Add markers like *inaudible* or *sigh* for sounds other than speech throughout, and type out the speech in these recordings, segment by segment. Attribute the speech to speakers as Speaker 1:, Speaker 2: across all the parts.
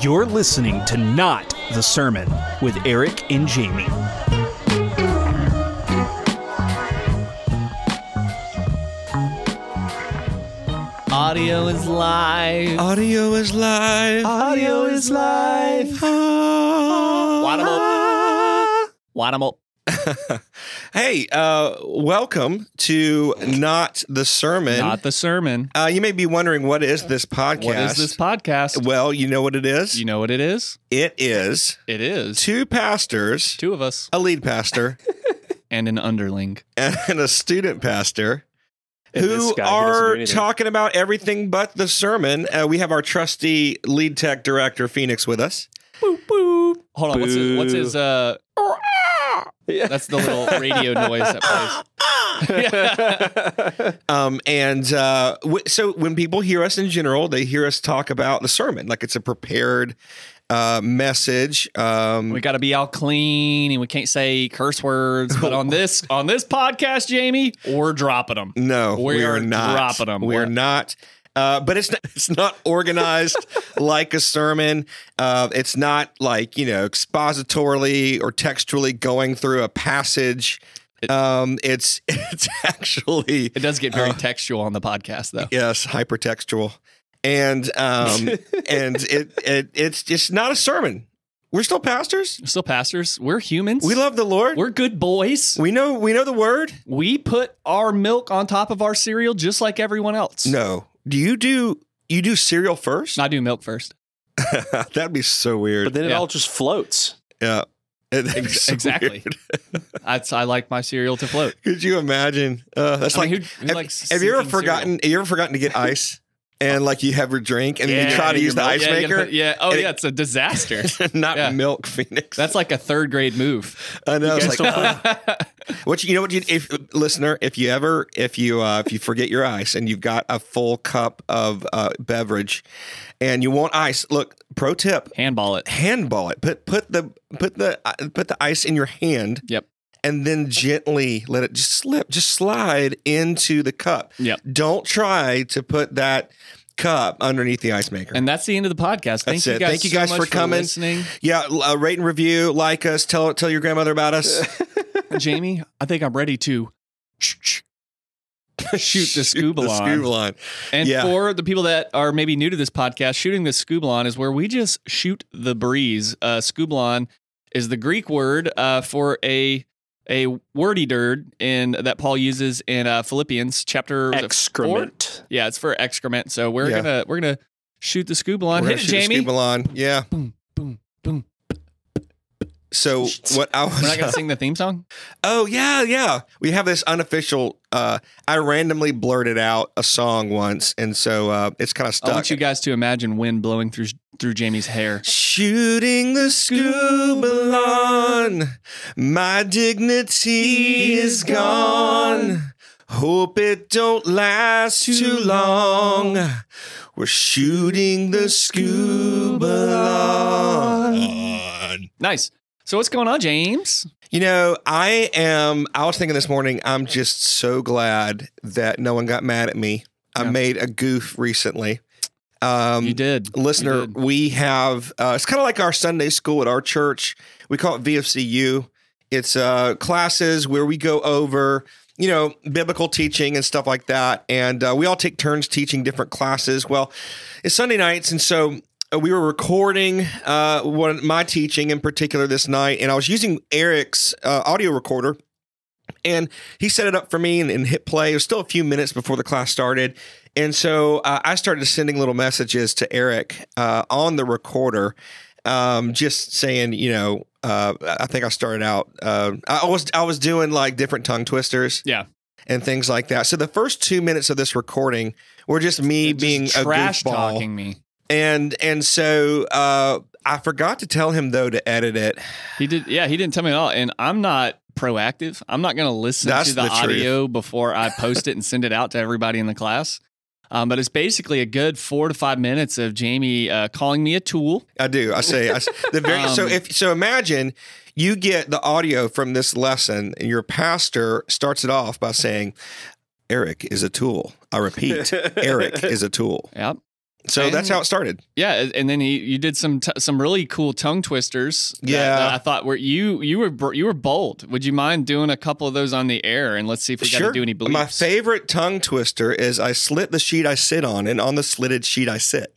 Speaker 1: You're listening to Not the Sermon with Eric and Jamie.
Speaker 2: Audio is live.
Speaker 3: Audio is live.
Speaker 2: Audio is live. Wadimal.
Speaker 3: Ah. hey, uh, welcome to Not the Sermon.
Speaker 2: Not the sermon.
Speaker 3: uh, you may be wondering what is this podcast?
Speaker 2: What is this podcast?
Speaker 3: Well, you know what it is.
Speaker 2: You know what it is?
Speaker 3: it is
Speaker 2: It is
Speaker 3: two pastors,
Speaker 2: two of us
Speaker 3: a lead pastor *laughs*
Speaker 2: and an underling.
Speaker 3: and a student pastor.
Speaker 4: And this
Speaker 3: who
Speaker 4: guy who doesn't do
Speaker 3: are
Speaker 4: anything.
Speaker 3: talking about everything but the sermon? Uh, we have our trusty lead tech director Phoenix with us.
Speaker 2: Boop boop. Hold on. What's his, what's his? Uh,
Speaker 4: Yeah.
Speaker 2: that's the little
Speaker 3: *laughs*
Speaker 2: radio noise that plays.
Speaker 3: Um, and uh, w- so when people hear us in general, they hear us talk about the sermon, like it's a prepared uh, message. Um,
Speaker 2: We got to be all clean, and we can't say curse words. But on this on this podcast, Jamie, we're dropping them.
Speaker 3: no,
Speaker 2: we
Speaker 3: we,
Speaker 2: are
Speaker 3: are, not
Speaker 2: dropping 'em.
Speaker 3: We're
Speaker 2: What?
Speaker 3: not. Uh, but it's not, it's not
Speaker 2: *laughs*
Speaker 3: organized like a sermon. Uh, it's not like you know expositorily or textually going through a passage. Um, it's *laughs* it's actually
Speaker 2: It does get very textual on the podcast, though.
Speaker 3: Yes, hypertextual. And
Speaker 2: *laughs*
Speaker 3: um and it, it it's just not a sermon. We're still pastors.
Speaker 2: We're still pastors. We're humans.
Speaker 3: We love the Lord.
Speaker 2: We're good boys.
Speaker 3: we know we know the word.
Speaker 2: We put our milk on top of our cereal just like everyone else.
Speaker 3: No. Do you do you do cereal first?
Speaker 2: I do milk first.
Speaker 3: *laughs* That'd be so weird.
Speaker 4: But then it
Speaker 2: Yeah.
Speaker 4: all just floats.
Speaker 3: yeah. *laughs* That'd be so
Speaker 2: exactly.
Speaker 3: weird.
Speaker 2: That's I like my cereal to float.
Speaker 3: *laughs* Could you imagine? Uh, that's
Speaker 2: I
Speaker 3: like
Speaker 2: mean, who- who
Speaker 3: have,
Speaker 2: likes
Speaker 3: have you ever
Speaker 2: sinking cereal?
Speaker 3: forgotten have you ever forgotten
Speaker 2: *laughs*
Speaker 3: to get ice? And like you have your drink and then
Speaker 2: Yeah,
Speaker 3: you try to
Speaker 2: your
Speaker 3: use the
Speaker 2: milk-
Speaker 3: ice
Speaker 2: yeah, you gotta
Speaker 3: maker,
Speaker 2: put- yeah. Oh
Speaker 3: and it-
Speaker 2: yeah, it's a disaster.
Speaker 3: *laughs* not
Speaker 2: Yeah.
Speaker 3: milk, Phoenix.
Speaker 2: That's like a third grade
Speaker 3: *laughs*
Speaker 2: move.
Speaker 3: I know.
Speaker 4: guys
Speaker 3: it's like,
Speaker 4: don't put-
Speaker 3: What you, you know what you if listener if you ever if you uh, if you forget your ice and you've got a full cup of uh, beverage and you want ice look pro tip
Speaker 2: Handball it.
Speaker 3: handball it put put the put the uh, put the ice in your hand
Speaker 2: Yep.
Speaker 3: and then gently let it just slip just slide into the cup
Speaker 2: Yep.
Speaker 3: don't try to put that cup underneath the ice maker
Speaker 2: And that's the end of the podcast. Thank
Speaker 3: That's
Speaker 2: you
Speaker 3: it.
Speaker 2: guys.
Speaker 3: Thank you
Speaker 2: so
Speaker 3: guys
Speaker 2: much
Speaker 3: for coming.
Speaker 2: listening.
Speaker 3: yeah l- uh, rate and review like us tell tell your grandmother
Speaker 2: *laughs*
Speaker 3: about us
Speaker 2: Jamie, I think I'm ready
Speaker 3: *laughs*
Speaker 2: to shoot the scuba
Speaker 3: the
Speaker 2: line.
Speaker 3: scuba line
Speaker 2: And
Speaker 3: Yeah.
Speaker 2: for the people that are maybe new to this podcast, shooting the scublon is where we just shoot the breeze. Uh, scublon is the Greek word uh, for a a wordy dirt in that Paul uses in uh, Philippians chapter. was it
Speaker 4: Excrement.
Speaker 2: four? Yeah, it's for excrement. So we're
Speaker 3: Yeah.
Speaker 2: gonna we're gonna shoot the scublon. Hit
Speaker 3: We're gonna
Speaker 2: it,
Speaker 3: shoot the
Speaker 2: Jamie.
Speaker 3: scuba line. Yeah.
Speaker 2: Boom, boom, boom.
Speaker 3: So what I
Speaker 2: We're not
Speaker 3: was
Speaker 2: gonna sing the theme song.
Speaker 3: *laughs* Oh yeah, yeah. We have this unofficial uh I randomly blurted out a song once and so uh it's kind of
Speaker 2: I
Speaker 3: stuck.
Speaker 2: want Oh, you guys to imagine wind blowing through through Jamie's hair.
Speaker 3: Shooting the scuba line. My dignity is gone. Hope it don't last too long. We're shooting the scuba line.
Speaker 2: Nice. So what's going on, James?
Speaker 3: You know, I am. I was thinking this morning, I'm just so glad that no one got mad at me. I
Speaker 2: Yeah.
Speaker 3: made a goof recently. Um,
Speaker 2: you did.
Speaker 3: Listener,
Speaker 2: You did.
Speaker 3: we have, uh, it's kind of like our Sunday school at our church. We call it VFCU. It's uh, classes where we go over, you know, biblical teaching and stuff like that. And uh, we all take turns teaching different classes. Well, it's Sunday nights. And so uh, we were recording uh, one, my teaching in particular this night. And I was using Eric's uh, audio recorder. And he set it up for me and, and hit play. It was still a few minutes before the class started. And so uh, I started sending little messages to Eric uh, on the recorder, um, just saying, you know, uh, I think I started out. Uh, I was I was doing like different tongue twisters,
Speaker 2: Yeah.
Speaker 3: and things like that. So the first two minutes of this recording were just me
Speaker 2: Just
Speaker 3: being a
Speaker 2: trash
Speaker 3: goofball.
Speaker 2: talking me.
Speaker 3: and and so uh, I forgot to tell him though to edit it.
Speaker 2: He did. Yeah, he didn't tell me at all. And I'm not proactive. I'm not going to listen
Speaker 3: That's
Speaker 2: to the,
Speaker 3: the truth.
Speaker 2: audio before I post it and send it out to everybody in the class. Um, but it's basically a good four to five minutes of Jamie uh, calling me a tool.
Speaker 3: I do. I say
Speaker 2: *laughs*
Speaker 3: I s the very so
Speaker 2: Um,
Speaker 3: if so imagine you get the audio from this lesson and your pastor starts it
Speaker 2: *laughs*
Speaker 3: off by saying Eric is a tool. I repeat, Eric is a tool.
Speaker 2: Yep.
Speaker 3: So
Speaker 2: And-
Speaker 3: that's how it started.
Speaker 2: Yeah, and then he, you did some t- some really cool tongue twisters. that,
Speaker 3: Yeah.
Speaker 2: uh, I thought were you you were br- you were bold. Would you mind doing a couple of those on the air and let's see if we got to do any bleeps?
Speaker 3: My favorite tongue twister is I slit the sheet I sit on, and on the slitted sheet I
Speaker 2: *laughs*
Speaker 3: sit.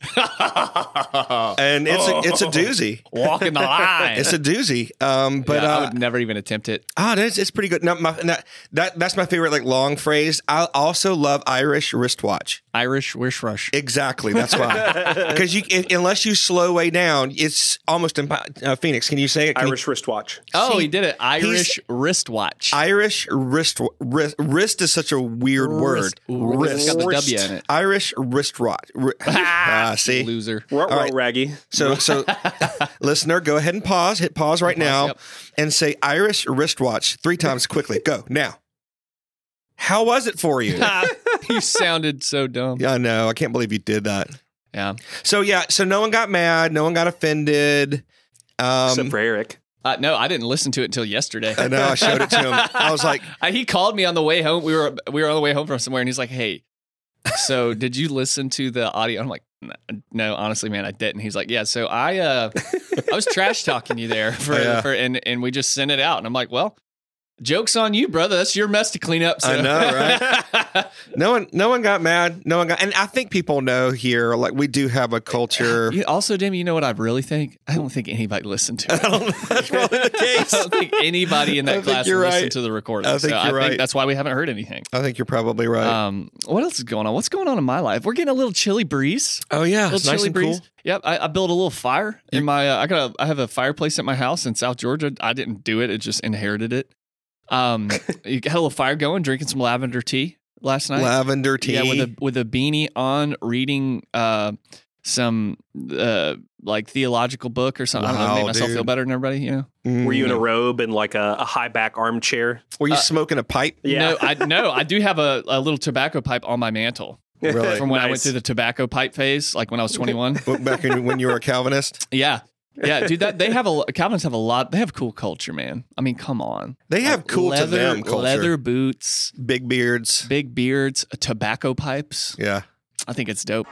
Speaker 3: And it's a, it's a doozy.
Speaker 2: Walking the
Speaker 3: *laughs*
Speaker 2: line.
Speaker 3: It's a doozy. Um, but
Speaker 2: Oh. Yeah, I
Speaker 3: uh,
Speaker 2: would never even attempt it.
Speaker 3: Ah, that's it's pretty good. Now, my, now, that that's my favorite like long phrase. I also love Irish wristwatch.
Speaker 2: Irish wish rush.
Speaker 3: Exactly, that's why. Because you if, unless you slow way down, it's almost impo- uh, Phoenix. Can you say it? Can you-
Speaker 4: Irish wristwatch.
Speaker 2: oh,
Speaker 3: see,
Speaker 2: he did it. Irish wristwatch.
Speaker 3: Irish wrist, wrist wrist is such a weird
Speaker 2: Wrist-
Speaker 3: word.
Speaker 2: Ooh, It's got the
Speaker 4: Wrist.
Speaker 2: W in it.
Speaker 3: Irish wristwatch. Ri- *laughs* ah, see. *laughs*
Speaker 2: Loser. *laughs*
Speaker 4: Ruh, ruh,
Speaker 3: right. um,
Speaker 4: Raggy.
Speaker 3: So, so listener, go ahead and pause. Hit pause right now
Speaker 2: yep.
Speaker 3: and say Irish wristwatch three times quickly. Go now. How was it for you?
Speaker 2: you sounded so dumb.
Speaker 3: Yeah, I know. I can't believe you did that.
Speaker 2: Yeah.
Speaker 3: So yeah, so no one got mad, no one got offended.
Speaker 4: Except
Speaker 3: Um,
Speaker 4: for Eric.
Speaker 2: Uh, no, I didn't listen to it until yesterday.
Speaker 3: I know I showed it to him. I was like,
Speaker 2: *laughs* Uh, he called me on the way home. We were we were on the way home from somewhere, and he's like, "Hey,
Speaker 3: *laughs*
Speaker 2: so did you listen to the audio?" I'm like, "N- "No, honestly, man, I didn't." He's like, "Yeah, so I uh, I was trash talking you there for,
Speaker 3: Oh, *laughs* yeah.
Speaker 2: for and and we just sent it out." And I'm like, "Well, jokes on you, brother. That's your mess to clean up." So.
Speaker 3: I know,
Speaker 2: right? *laughs*
Speaker 3: no one, no one got mad, no one got, and I think people know here, like we do have a
Speaker 2: *laughs*
Speaker 3: culture.
Speaker 2: you, also, Jimmy, you know what I really think? I don't think anybody listened to it.
Speaker 3: *laughs* I don't know if that's probably the
Speaker 2: *laughs* I
Speaker 3: case.
Speaker 2: don't think anybody in
Speaker 3: I
Speaker 2: that
Speaker 3: think
Speaker 2: class
Speaker 3: you're
Speaker 2: listened
Speaker 3: right.
Speaker 2: to the recording.
Speaker 3: I think
Speaker 2: so I
Speaker 3: you're right.
Speaker 2: think that's why we haven't heard anything.
Speaker 3: I think you're probably right.
Speaker 2: Um, what else is going on? What's going on in my life? We're getting a little chilly breeze.
Speaker 3: oh yeah,
Speaker 2: little chilly breeze. Yep, I, I built a little fire in my. Uh, I got. A, I have a fireplace at my house in South Georgia. I didn't do it. It just inherited it.
Speaker 3: *laughs*
Speaker 2: Um, you had a little fire going, drinking some lavender tea last night.
Speaker 3: Lavender tea.
Speaker 2: Yeah, with a with a beanie on, reading uh some uh like theological book or something. I don't know,
Speaker 3: Wow,
Speaker 2: make myself
Speaker 3: dude.
Speaker 2: feel better than everybody. You know?
Speaker 3: Mm.
Speaker 4: Were you in a robe and like a, a high back armchair?
Speaker 3: Were you
Speaker 2: uh,
Speaker 3: smoking a pipe?
Speaker 4: Yeah.
Speaker 2: No,
Speaker 4: *laughs*
Speaker 2: I no, I do have a, a little tobacco pipe on my mantle
Speaker 3: Really?
Speaker 2: from when I went
Speaker 4: Nice.
Speaker 2: through the tobacco pipe phase, like when
Speaker 3: *laughs*
Speaker 2: I was twenty one.
Speaker 3: Back in, when you were a Calvinist,
Speaker 2: Yeah. Yeah, dude, that they have a Calvins have a lot. They have cool culture, man. I mean, come on.
Speaker 3: they have
Speaker 2: Like,
Speaker 3: cool to
Speaker 2: leather-
Speaker 3: them culture.
Speaker 2: Leather boots,
Speaker 3: Big beards.
Speaker 2: big beards, tobacco pipes.
Speaker 3: Yeah.
Speaker 2: I think it's dope.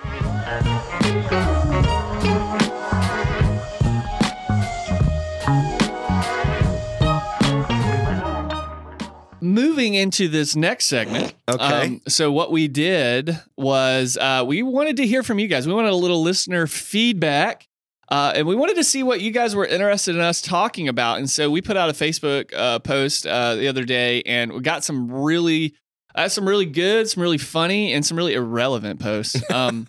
Speaker 2: Moving into this next segment. um,
Speaker 3: Okay.
Speaker 2: so what we did was uh, we wanted to hear from you guys. We wanted a little listener feedback. Uh, and we wanted to see what you guys were interested in us talking about. And so we put out a Facebook uh, post uh, the other day and we got some really, uh, some really good, some really funny, and some really irrelevant posts. Um,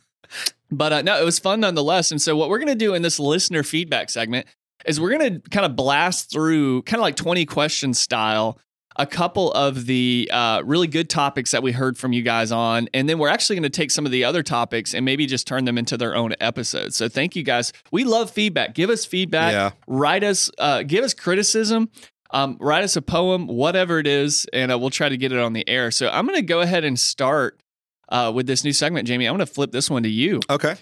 Speaker 2: but uh, no, it was fun nonetheless. And so what we're going to do in this listener feedback segment is we're going to kind of blast through, kind of like 20 question style, a couple of the uh, really good topics that we heard from you guys on. And then we're actually going to take some of the other topics and maybe just turn them into their own episodes. So thank you guys. We love feedback. Give us feedback.
Speaker 3: Yeah.
Speaker 2: Write us, uh, give us criticism. Um, write us a poem, whatever it is, and uh, we'll try to get it on the air. So I'm going to go ahead and start uh, with this new segment, Jamie. I'm going to flip this one to you.
Speaker 3: Okay.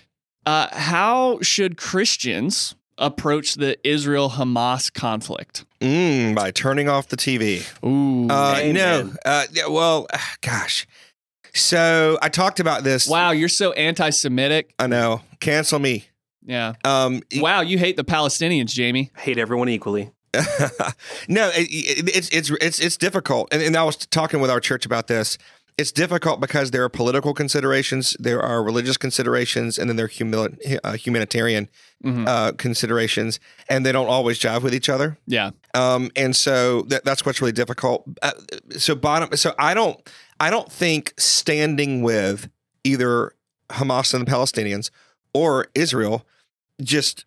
Speaker 2: Uh, how should Christians approach the Israel Hamas conflict?
Speaker 3: Mm, by turning off the TV.
Speaker 2: Ooh.
Speaker 3: Uh,
Speaker 4: Amen.
Speaker 3: no. Uh, yeah, well, ah, gosh. So I talked about this.
Speaker 2: wow, you're so anti Semitic.
Speaker 3: I know. Cancel me.
Speaker 2: Yeah.
Speaker 3: Um,
Speaker 2: Wow, you hate the Palestinians, Jamie.
Speaker 4: Hate everyone equally.
Speaker 3: *laughs* no, it, it, it's it's it's it's difficult. And, and I was talking with our church about this. It's difficult because there are political considerations, there are religious considerations, and then there are humili- uh, humanitarian
Speaker 2: Mhm.
Speaker 3: uh, considerations, and they don't always jive with each other.
Speaker 2: Yeah.
Speaker 3: um, and so that, that's what's really difficult. Uh, so bottom, so I don't, I don't think standing with either Hamas and the Palestinians or Israel, just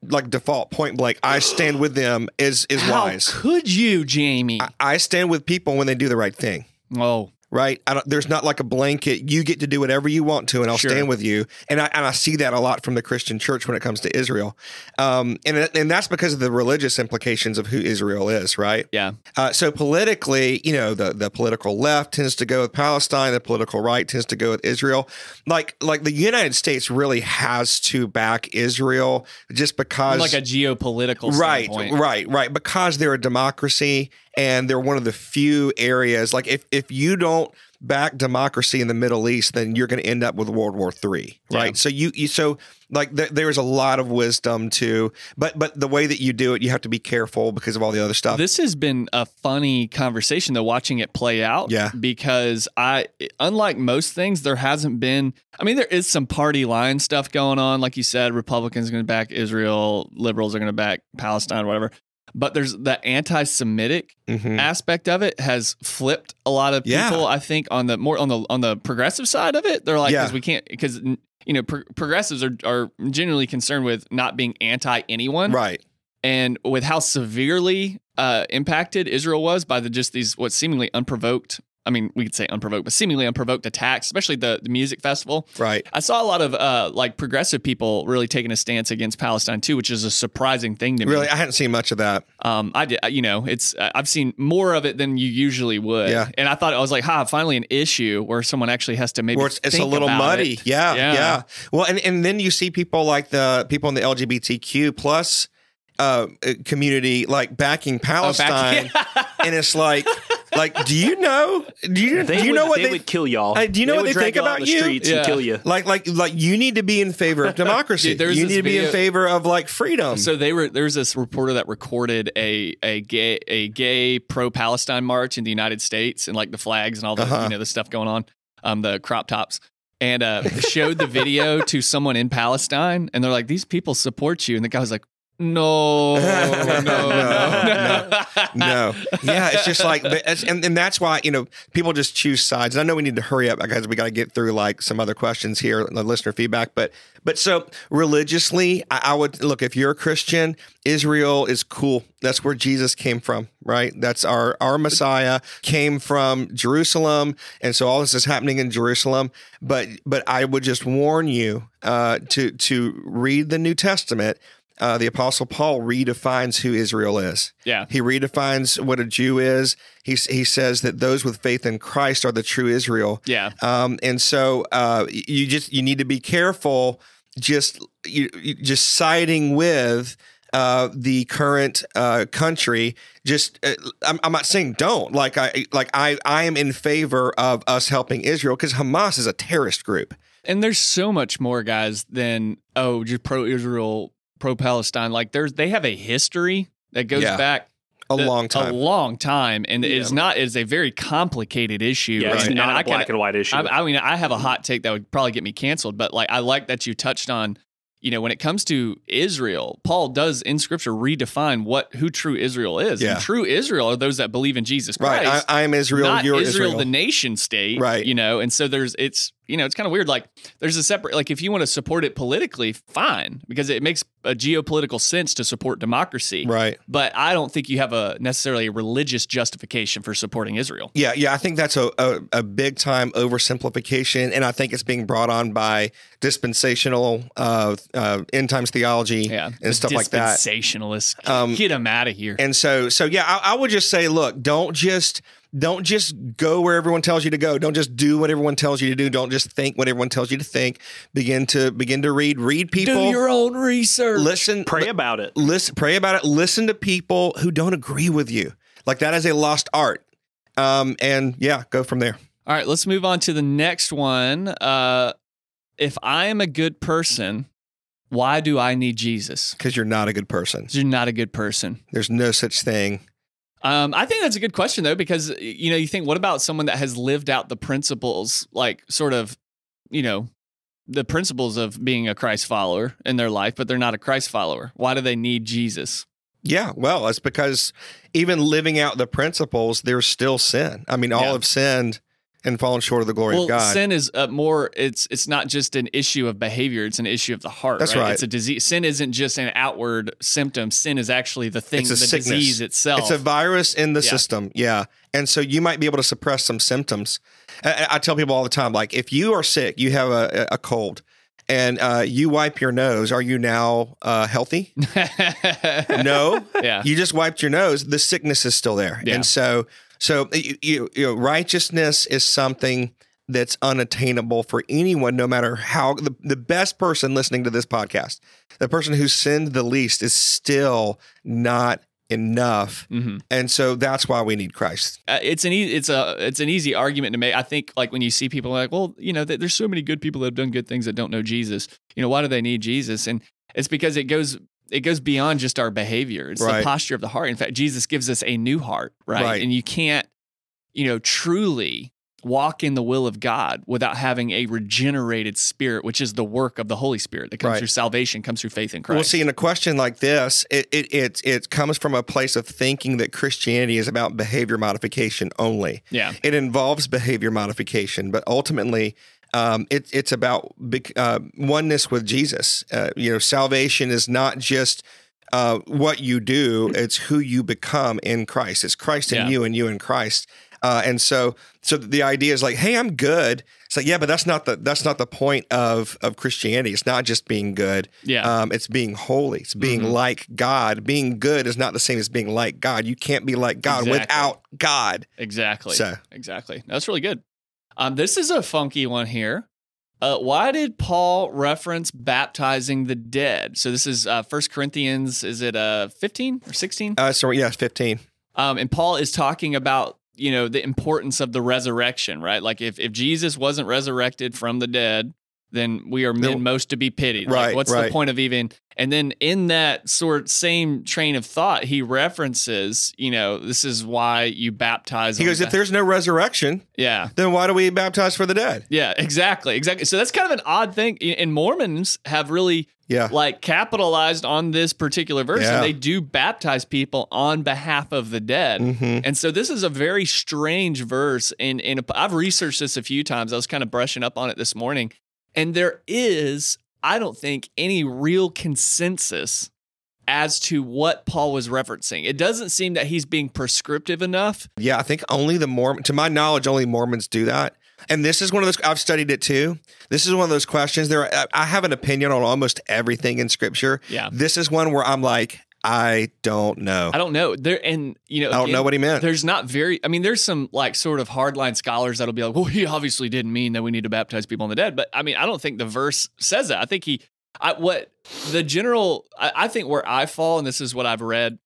Speaker 3: like default point blank, I stand with them is is
Speaker 2: how
Speaker 3: wise.
Speaker 2: could you, Jamie?
Speaker 3: I, I stand with people when they do the right thing.
Speaker 2: oh,
Speaker 3: Right, I don't, there's not like a blanket. You get to do whatever you want to, and I'll
Speaker 2: Sure.
Speaker 3: stand with you. And I and I see that a lot from the Christian church when it comes to Israel, um, and and that's because of the religious implications of who Israel is. Right,
Speaker 2: yeah.
Speaker 3: uh, so politically, you know, the, the political left tends to go with Palestine, the political right tends to go with Israel. Like like the United States really has to back Israel just because
Speaker 2: Like a geopolitical
Speaker 3: right,
Speaker 2: standpoint.
Speaker 3: right, right, because they're a democracy and they're one of the few areas like if if you don't back democracy in the Middle East, then you're going to end up with World War III,
Speaker 2: Yeah.
Speaker 3: right? So you, you so like th- there's a lot of wisdom to, but but the way that you do it, you have to be careful because of all the other stuff.
Speaker 2: This has been a funny conversation though, watching it play out.
Speaker 3: Yeah.
Speaker 2: Because I, unlike most things, there hasn't been. I mean, there is some party line stuff going on, like you said. Republicans are going to back Israel, liberals are going to back Palestine, whatever. But there's the anti-Semitic
Speaker 3: Mhm.
Speaker 2: aspect of it has flipped a lot of
Speaker 3: Yeah.
Speaker 2: people. I think on the more on the on the progressive side of it, they're like,
Speaker 3: Yeah.
Speaker 2: because we can't, because you know, pro- progressives are are generally concerned with not being anti anyone,
Speaker 3: Right.
Speaker 2: and with how severely uh, impacted Israel was by the just these what seemingly unprovoked. I mean, we could say unprovoked, but seemingly unprovoked attacks, especially the, the music festival.
Speaker 3: Right.
Speaker 2: I saw a lot of uh, like progressive people really taking a stance against Palestine too, which is a surprising thing to me.
Speaker 3: Really, I hadn't seen much of that.
Speaker 2: Um, I did, you know, it's I- I've seen more of it than you usually would.
Speaker 3: Yeah.
Speaker 2: And I thought I was like, ha, finally an issue where someone actually has to maybe
Speaker 3: Where it's, it's a
Speaker 2: think
Speaker 3: little
Speaker 2: about
Speaker 3: muddy.
Speaker 2: it.
Speaker 3: Yeah,
Speaker 2: Yeah.
Speaker 3: yeah. Well, and, and then you see people like the people in the LGBTQ plus uh, uh, community like backing
Speaker 2: Oh, back-
Speaker 3: Palestine,
Speaker 2: *laughs*
Speaker 3: and it's like, like, do you know? Do you
Speaker 4: They
Speaker 3: do you
Speaker 4: would,
Speaker 3: know what
Speaker 4: they,
Speaker 3: they,
Speaker 4: would kill y'all.
Speaker 3: Hey, do you know what
Speaker 4: would
Speaker 3: they
Speaker 4: drag
Speaker 3: think
Speaker 4: y'all out
Speaker 3: about
Speaker 4: in the
Speaker 3: you?
Speaker 4: streets
Speaker 2: Yeah.
Speaker 4: and kill you?
Speaker 3: like like like you need to be in favor
Speaker 2: *laughs*
Speaker 3: of democracy.
Speaker 2: Dude, there was
Speaker 3: you
Speaker 2: this
Speaker 3: need to be
Speaker 2: video-
Speaker 3: in favor of like freedom.
Speaker 2: So they were there's this reporter that recorded a a gay a gay pro Palestine march in the United States and like the flags and all the
Speaker 3: Uh-huh.
Speaker 2: you know the stuff going on, um the crop tops. And uh, showed the video to someone in Palestine, and they're like, "These people support you." And the guy was like, "No,
Speaker 3: *laughs*
Speaker 2: no, no,
Speaker 3: No,
Speaker 2: no.
Speaker 3: no, yeah, it's just like, but it's- and, and that's why you know people just choose sides. And I know we need to hurry up because we got to get through like some other questions here, the listener feedback. But but so religiously, I, I would look if you're a Christian, Israel is cool. That's where Jesus came from, right? That's our our Messiah came from Jerusalem, and so all this is happening in Jerusalem. But but I would just warn you uh, to to read the New Testament. Uh, the Apostle Paul redefines who Israel is.
Speaker 2: Yeah.
Speaker 3: He redefines what a Jew is. He, he says that those with faith in Christ are the true Israel.
Speaker 2: Yeah.
Speaker 3: Um, and so uh, you just you need to be careful just you, you- just siding with uh, the current uh, country. Just uh, I'm, I'm not saying don't like I like I I am in favor of us helping Israel because Hamas is a terrorist group.
Speaker 2: And there's so much more guys than oh, just pro Israel, pro Palestine. Like there's they have a history that goes
Speaker 3: Yeah.
Speaker 2: back
Speaker 3: A
Speaker 2: the-
Speaker 3: long
Speaker 2: a
Speaker 3: time.
Speaker 2: long time, and it's
Speaker 4: Yeah.
Speaker 2: not it's a very complicated issue.
Speaker 4: Yeah,
Speaker 2: right?
Speaker 4: it's
Speaker 2: And
Speaker 4: not
Speaker 2: I
Speaker 4: a black
Speaker 2: can,
Speaker 4: and white issue.
Speaker 2: I, I mean, I have a hot take that would probably get me canceled, but like I like that you touched on. You know, when it comes to Israel, Paul does in Scripture redefine what who true Israel is. And
Speaker 3: Yeah.
Speaker 2: true Israel are those that believe in Jesus Christ
Speaker 3: right. I, I'm Israel.
Speaker 2: not
Speaker 3: you're
Speaker 2: Israel,
Speaker 3: Israel.
Speaker 2: the nation state,
Speaker 3: Right.
Speaker 2: You know, and so there's it's you know it's kind of weird. Like there's a separate like if you want to support it politically, fine, because it makes a geopolitical sense to support democracy.
Speaker 3: right.
Speaker 2: But I don't think you have a necessarily a religious justification for supporting Israel.
Speaker 3: Yeah, yeah, I think that's a, a, a big time oversimplification, and I think it's being brought on by dispensational uh, uh, end times theology
Speaker 2: Yeah,
Speaker 3: and stuff like that.
Speaker 2: Dispensationalists,
Speaker 3: Um,
Speaker 2: get them out of here.
Speaker 3: And so, so yeah, I, I would just say, look, don't just don't just go where everyone tells you to go. Don't just do what everyone tells you to do. Don't just think what everyone tells you to think. Begin to begin to read, read people,
Speaker 2: Do your own research.
Speaker 3: listen,
Speaker 4: Pray about it.
Speaker 3: listen pray about it listen to people who don't agree with you like that is a lost art um and yeah go from there
Speaker 2: All right, let's move on to the next one. Uh, if I am a good person, why do I need Jesus?
Speaker 3: because you're not a good person
Speaker 2: 'Cause You're not a good person.
Speaker 3: there's no such thing
Speaker 2: Um, I think that's a good question though, because you know, you think what about someone that has lived out the principles, like sort of, you know, the principles of being a Christ follower in their life, but they're not a Christ follower. Why do they need Jesus?
Speaker 3: yeah well it's because even living out the principles there's still sin i mean all
Speaker 2: Yeah.
Speaker 3: have sinned and fallen short of the glory
Speaker 2: well,
Speaker 3: of god
Speaker 2: sin is uh, more. It's it's not just an issue of behavior; it's an issue of the heart.
Speaker 3: That's right.
Speaker 2: It's a disease. Sin isn't just an outward symptom. Sin is actually the thing,
Speaker 3: It's
Speaker 2: the
Speaker 3: a sickness.
Speaker 2: disease itself.
Speaker 3: It's a virus in the
Speaker 2: Yeah.
Speaker 3: system. Yeah. And so you might be able to suppress some symptoms. I, I tell people all the time, like if you are sick, you have a, a cold and uh, you wipe your nose, are you now uh,
Speaker 2: *laughs*
Speaker 3: healthy? No,
Speaker 2: yeah,
Speaker 3: you just wiped your nose. The sickness is still there.
Speaker 2: Yeah.
Speaker 3: And so, so uh, you, you, you know, righteousness is something that's unattainable for anyone, no matter how the, the best person listening to this podcast, the person who sinned the least is still not enough.
Speaker 2: Mm-hmm.
Speaker 3: And so that's why we need Christ.
Speaker 2: Uh, it's an easy, it's a it's an easy argument to make. I think like when you see people like, well, you know, th- there's so many good people that have done good things that don't know Jesus. You know, why do they need Jesus? And it's because it goes it goes beyond just our behavior. It's
Speaker 3: Right.
Speaker 2: the posture of the heart. In fact, Jesus gives us a new heart, right?
Speaker 3: Right.
Speaker 2: And you can't, you know, truly walk in the will of God without having a regenerated spirit, which is the work of the Holy Spirit that comes
Speaker 3: Right.
Speaker 2: through salvation, comes through faith in Christ.
Speaker 3: Well, see, in a question like this, it it it, it comes from a place of thinking that Christianity is about behavior modification only.
Speaker 2: yeah.
Speaker 3: It involves behavior modification, but ultimately, um, it, it's about bec- uh, oneness with Jesus. Uh, you know, salvation is not just uh, what you do; it's who you become in Christ. It's Christ in
Speaker 2: Yeah.
Speaker 3: you, and you in Christ. Uh, and so, so the idea is like, hey, I'm good. It's like, yeah, but that's not the that's not the point of of Christianity. It's not just being good.
Speaker 2: Yeah. Mm-hmm.
Speaker 3: Um, it's being holy. It's being like God. Being good is not the same as being like God. You can't be like God
Speaker 2: Exactly.
Speaker 3: without God.
Speaker 2: Exactly.
Speaker 3: So-
Speaker 2: Exactly. That's really good. Um, this is a funky one here. Uh, why did Paul reference baptizing the dead? So this is uh, 1 Corinthians, is it uh, 15 or 16?
Speaker 3: Uh, so yeah, fifteen.
Speaker 2: Um, and Paul is talking about, you know, the importance of the resurrection, right? Like if, if Jesus wasn't resurrected from the dead, then we are men
Speaker 3: No.
Speaker 2: most to be pitied.
Speaker 3: Right,
Speaker 2: like what's
Speaker 3: right.
Speaker 2: the point of even? And then in that sort same train of thought, he references, you know, this is why you baptize.
Speaker 3: He
Speaker 2: on
Speaker 3: goes,
Speaker 2: the-
Speaker 3: if there's no resurrection,
Speaker 2: yeah.
Speaker 3: then why do we baptize for the dead?
Speaker 2: Yeah, exactly, exactly. So that's kind of an odd thing. And Mormons have really
Speaker 3: Yeah.
Speaker 2: like capitalized on this particular verse,
Speaker 3: Yeah.
Speaker 2: and they do baptize people on behalf of the dead.
Speaker 3: Mm-hmm.
Speaker 2: And so this is a very strange verse. And and I've researched this a few times. I was kind of brushing up on it this morning, and there is, I don't think, any real consensus as to what Paul was referencing. It doesn't seem that he's being prescriptive enough.
Speaker 3: Yeah, I think only the Mormon, to my knowledge, only Mormons do that. And this is one of those, I've studied it too. This is one of those questions. There, are, I- I have an opinion on almost everything in scripture.
Speaker 2: Yeah.
Speaker 3: This is one where I'm like, I don't know.
Speaker 2: I don't know. There and you know,
Speaker 3: I don't
Speaker 2: again,
Speaker 3: know what he meant.
Speaker 2: There's not very. I mean, there's some like sort of hardline scholars that'll be like, "Well, he obviously didn't mean that we need to baptize people in the dead." But I mean, I don't think the verse says that. I think he, I what the general. I, I think where I fall, and this is what I've read,